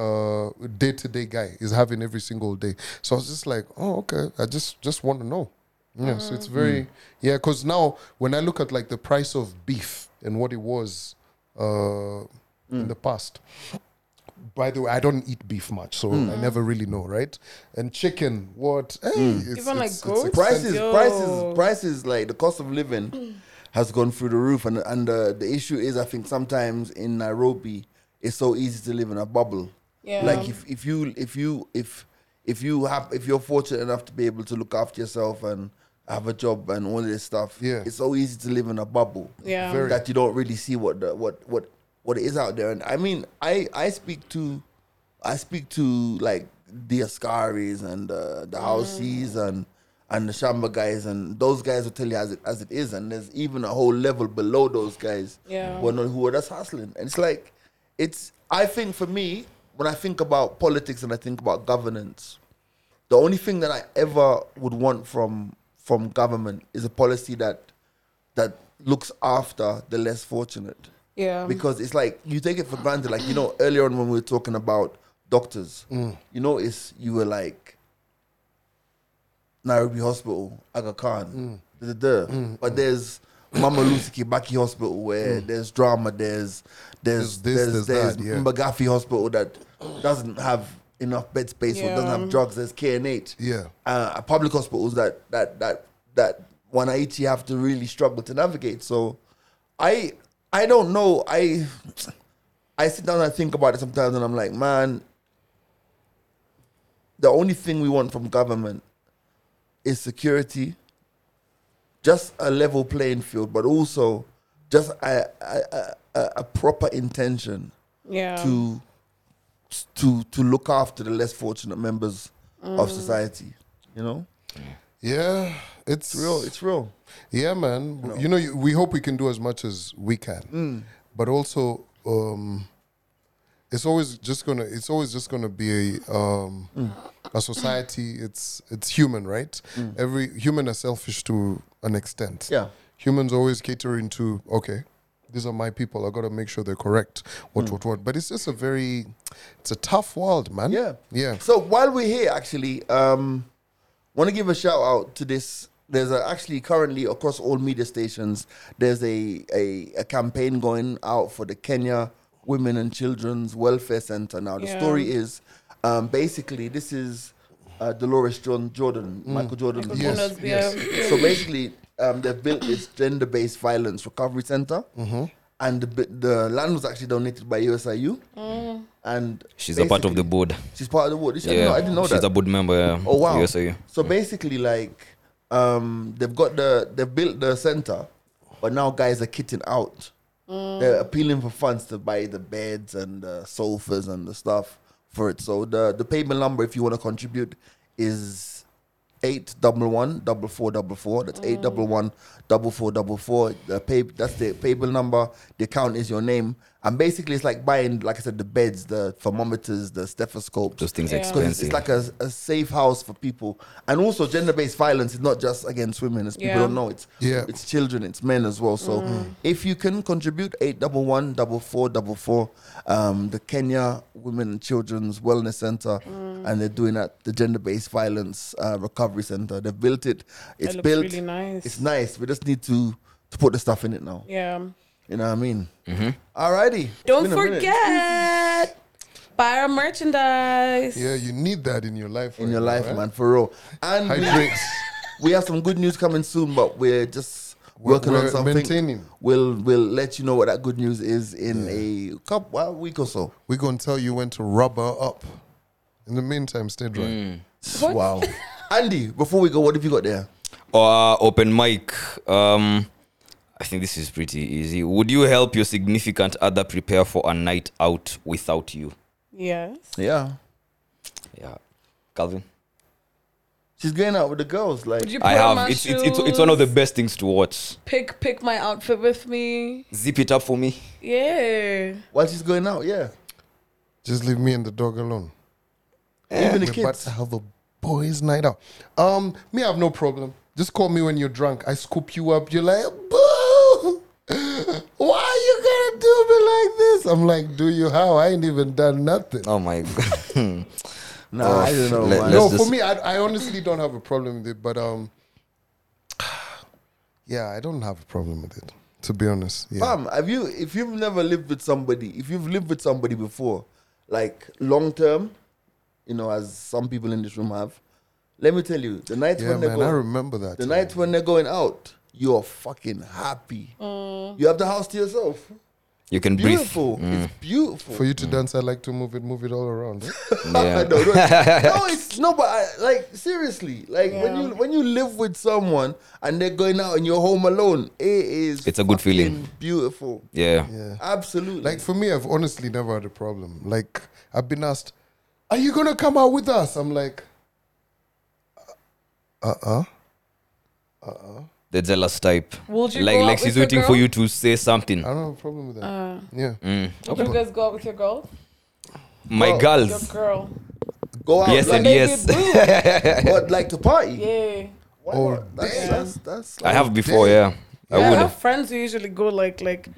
S5: day to day guy is having every single day. So I was just like, oh okay, I just just want to know. Yeah, so it's
S4: Mm.
S5: very yeah. Because now when I look at like the price of beef and what it was uh, in the past, by the way, I don't eat beef much, so I never really know, right? And chicken, what? Hey, it's,
S4: Even, like,
S5: it's- it's
S4: goats?
S1: Prices,
S4: Yo.
S1: prices, prices. Like the cost of living has gone through the roof, and and uh, the issue is, I think sometimes in Nairobi, it's so easy to live in a bubble.
S4: Yeah.
S1: Like if if you if you if if you have if you're fortunate enough to be able to look after yourself and have a job and all this stuff,
S5: Yeah.
S1: it's so easy to live in a bubble.
S4: Yeah.
S5: Very.
S1: that you don't really see what the, what what what it is out there. And I mean, I I speak to, I speak to like the Ascaris and uh, the Houses and and the Shamba guys, and those guys will tell you as it as it is. And there's even a whole level below those guys,
S4: Yeah.
S1: who are, not, who are just hustling. And it's like, it's I think for me when I think about politics and I think about governance, the only thing that I ever would want from from government is a policy that that looks after the less fortunate
S4: yeah.
S1: because it's like you take it for granted like you know earlier on when we were talking about doctors
S5: Mm.
S1: you notice you were like Nairobi Hospital Aga Khan
S5: Mm.
S1: duh, duh, duh. but there's Mama Lucy Kibaki Hospital where there's drama there's there's
S5: Mm. There's this,
S1: there's there's,
S5: there's that, yeah.
S1: Mbagathi Hospital that doesn't have enough bed space or doesn't have
S4: Yeah.
S1: drugs there's KNH
S5: Yeah.
S1: uh, public hospitals that that that that Wanaichi have to really struggle to navigate. So, I I don't know. I I sit down and I think about it sometimes, and I'm like, man, the only thing we want from government is security, just a level playing field, but also just a, a, a, a- a proper intention
S4: Yeah.
S1: to to to look after the less fortunate members of society. You know,
S5: Yeah,
S1: it's
S5: it's
S1: real. It's real.
S5: Yeah, man. You know, you- we hope we can do as much as we can,
S1: Mm.
S5: but also, um, it's always just gonna. It's always just gonna be a, um,
S1: Mm.
S5: a society. It's it's human, right? Every human are selfish to an extent.
S1: Mm. Yeah.
S5: humans always catering to okay. These are my people. I gotta make sure they're correct. What,
S1: Mm.
S5: what, what? But it's just a very, it's a tough world, man.
S1: Yeah.
S5: yeah.
S1: So while we're here, actually, um, want to give a shout out to this. There's a, actually currently across all media stations, there's a, a, a campaign going out for the Kenya Women and Children's Welfare Center. Now, the
S4: Yeah.
S1: story is um, basically this is uh, Dolores John Jordan, Mm. Michael Jordan.
S4: Because
S5: Yes,
S4: one of the-
S5: yes.
S1: So basically, um, they've built this gender-based violence recovery center,
S3: Mm-hmm.
S1: and the, bi- the land was actually donated by USIU. And
S3: She's a part of the
S1: basically-
S3: board.
S1: She's part of the board. Did you- I didn't know- I didn't know
S3: she's
S1: that.
S3: a board member. Yeah.
S1: Oh wow!
S3: Yes, yeah.
S1: So basically, like, um, they've got the they've built the center, but now guys are kitting out. They're appealing for funds to buy the beds and the sofas and the stuff for it. So the the payment number, if you want to contribute, is eight double one double four double four. That's eight double one double four double four. The pay that's the payable number. The account is your name, and basically it's like buying, like I said, the beds, the thermometers, the stethoscopes,
S3: Those things are
S4: Yeah.
S1: because it's,
S3: expensive.
S1: it's like a, a safe house for people. And also, gender based violence is not just against women, as people
S4: Yeah. Mm.
S1: don't know. It's
S5: Yeah.
S1: it's children, it's men as well. So if you can contribute eight double one double four double four, um, the Kenya Women and Children's Wellness Center,
S4: Mm.
S1: and they're doing at the gender based violence uh, recovery center. They've built it. It's
S4: looks
S1: built.
S4: really nice.
S1: It's nice. We just need to to put the stuff in it now.
S4: yeah.
S1: You know what I mean? Alrighty. It's
S4: Don't
S1: been a minute.
S4: forget buy our merchandise.
S5: Yeah, you need that in your life.
S1: in your life, man, for real. And we-
S5: Hydrate.
S1: we have some good news coming soon, but we're just
S5: We're-
S1: working on
S5: we're
S1: something.
S5: maintaining.
S1: We'll we'll let you know what that good news is in a couple well, week or so.
S5: We're gonna tell you when to rubber up. In the meantime, stay dry.
S1: Mm.
S4: What?
S1: Wow, [laughs] Andy, before we go, what have you got there?
S3: uh, open mic. Um, I think this is pretty easy. Would you help your significant other prepare for a night out without you?
S4: Yes.
S1: Yeah,
S3: Yeah, Calvin.
S1: she's going out with the girls. Like
S4: Would you put
S3: I have.
S4: on my
S3: It's,
S4: shoes?
S3: it's it's it's one of the best things to watch.
S4: pick pick my outfit with me.
S3: Zip it up for me.
S4: Yeah.
S1: while she's going out, yeah,
S5: Just leave me and the dog alone.
S1: even the
S5: We're about
S1: kids.
S5: to have a boys' night out. Um, me, I have no problem. Just call me when you're drunk. I scoop you up. You're like, boo. [laughs] Why you gonna do me like this? I'm like, do you how? I ain't even done nothing.
S3: Oh my [laughs] god.
S1: Nah, I don't know. man.
S3: Let- let's
S5: no,
S3: just-
S5: for me, I, I honestly don't have a problem with it. But um, [sighs] yeah, I don't have a problem with it. To be honest, yeah.
S1: Fam, have you if you've never lived with somebody, if you've lived with somebody before, like long term, you know, as some people in this room have, let me tell you, the night
S5: yeah,
S1: when they
S5: man,
S1: go,
S5: I remember that.
S1: The
S5: time.
S1: night when they're going out, you're fucking happy.
S4: Mm.
S1: You have the house to yourself.
S3: You can
S1: Beautiful.
S3: breathe. Mm,
S1: It's beautiful.
S5: For you to dance, I like to move it, move it all around. eh?
S1: [laughs] no,
S3: yeah.
S1: no, no, it's no, but I, like seriously, like when
S4: Yeah.
S1: you when you live with someone and they're going out and you're home alone, it is.
S3: It's a good
S1: fucking
S3: feeling.
S1: Beautiful.
S3: yeah.
S5: Yeah.
S1: Absolutely.
S5: Like for me, I've honestly never had a problem. Like I've been asked, "Are you gonna come out with us?" I'm like, "Uh uh."
S3: The jealous type.
S4: Would you
S3: like
S4: go out
S3: like
S4: with
S3: she's
S4: your
S3: waiting for
S4: girl?
S3: you to say something.
S5: I don't have a problem with that.
S4: Uh,
S5: yeah,
S1: Mm.
S4: would you guys go out with your girl?
S3: My
S4: Your
S3: girls.
S4: girl.
S1: go out.
S3: Yes
S1: like,
S3: and
S1: [laughs]
S3: yes.
S1: But like to party.
S4: Yeah.
S1: Why
S5: Oh,
S1: not? That's,
S5: damn.
S1: that's that's.
S3: [laughs] I have before, yeah. I
S4: Yeah, I
S3: would.
S4: have friends who usually go like like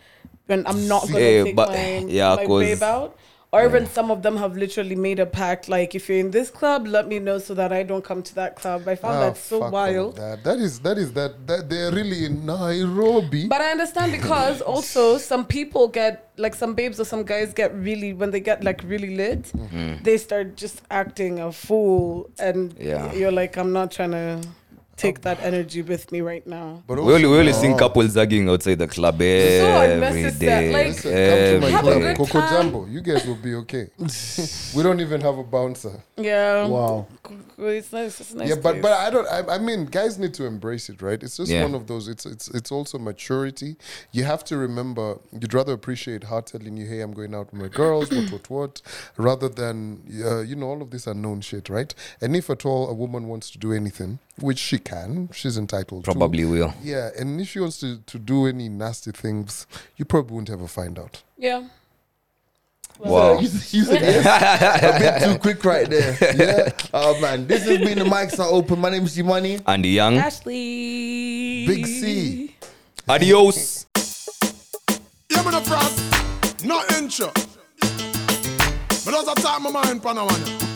S4: when I'm not gonna
S3: Yeah,
S4: take
S3: but-
S4: my,
S3: yeah,
S4: my
S3: 'cause-
S4: babe out. Or even some of them have literally made a pact like if you're in this club, let me know so that I don't come to that club. I found
S5: Ah,
S4: that so
S5: fuck all of
S4: wild.
S5: That. that is that is that that they're really in Nairobi.
S4: But I
S5: [laughs]
S4: understand because also some people get like some babes or some guys get really when they get like really lit,
S3: Mm-hmm.
S4: they start just acting a fool, and
S3: Yeah.
S4: you're like, I'm not trying to
S5: Oh.
S4: take that energy with me right now.
S5: But
S3: We only, we only
S5: also-
S1: Oh.
S3: seen couples zagging outside the club every
S4: unnecessary,
S3: day.
S4: like-
S5: Listen, come to my
S4: Have a
S5: club,
S4: good
S5: Coco
S4: time.
S5: Jumbo. You guys will be
S4: [laughs]
S5: okay. we don't even have a bouncer.
S4: Yeah.
S5: Wow.
S4: It's nice. It's a nice.
S5: yeah, but
S4: place.
S5: but I don't. I, I mean, guys need to embrace it, right? It's just
S3: Yeah.
S5: one of those. It's it's it's also maturity. You have to remember. You'd rather appreciate her telling you, "Hey, I'm going out with my girls," what what what, rather than uh, you know all of this unknown shit, right? And if at all a woman wants to do anything, which she can, she's entitled to.
S3: Probably will.
S5: Yeah, and if she wants to, to do any nasty things, you probably won't ever find out.
S4: yeah.
S3: Wow.
S1: You said- [laughs] you said yes. a bit too quick right there. Yeah. Oh man, this [laughs] has been the mics are open. My name is Shimani.
S3: [laughs] And young.
S4: Ashley.
S5: Big C.
S3: Adios.
S6: Yeah, me no frost, no intro. But that's a time my mind, Panawana.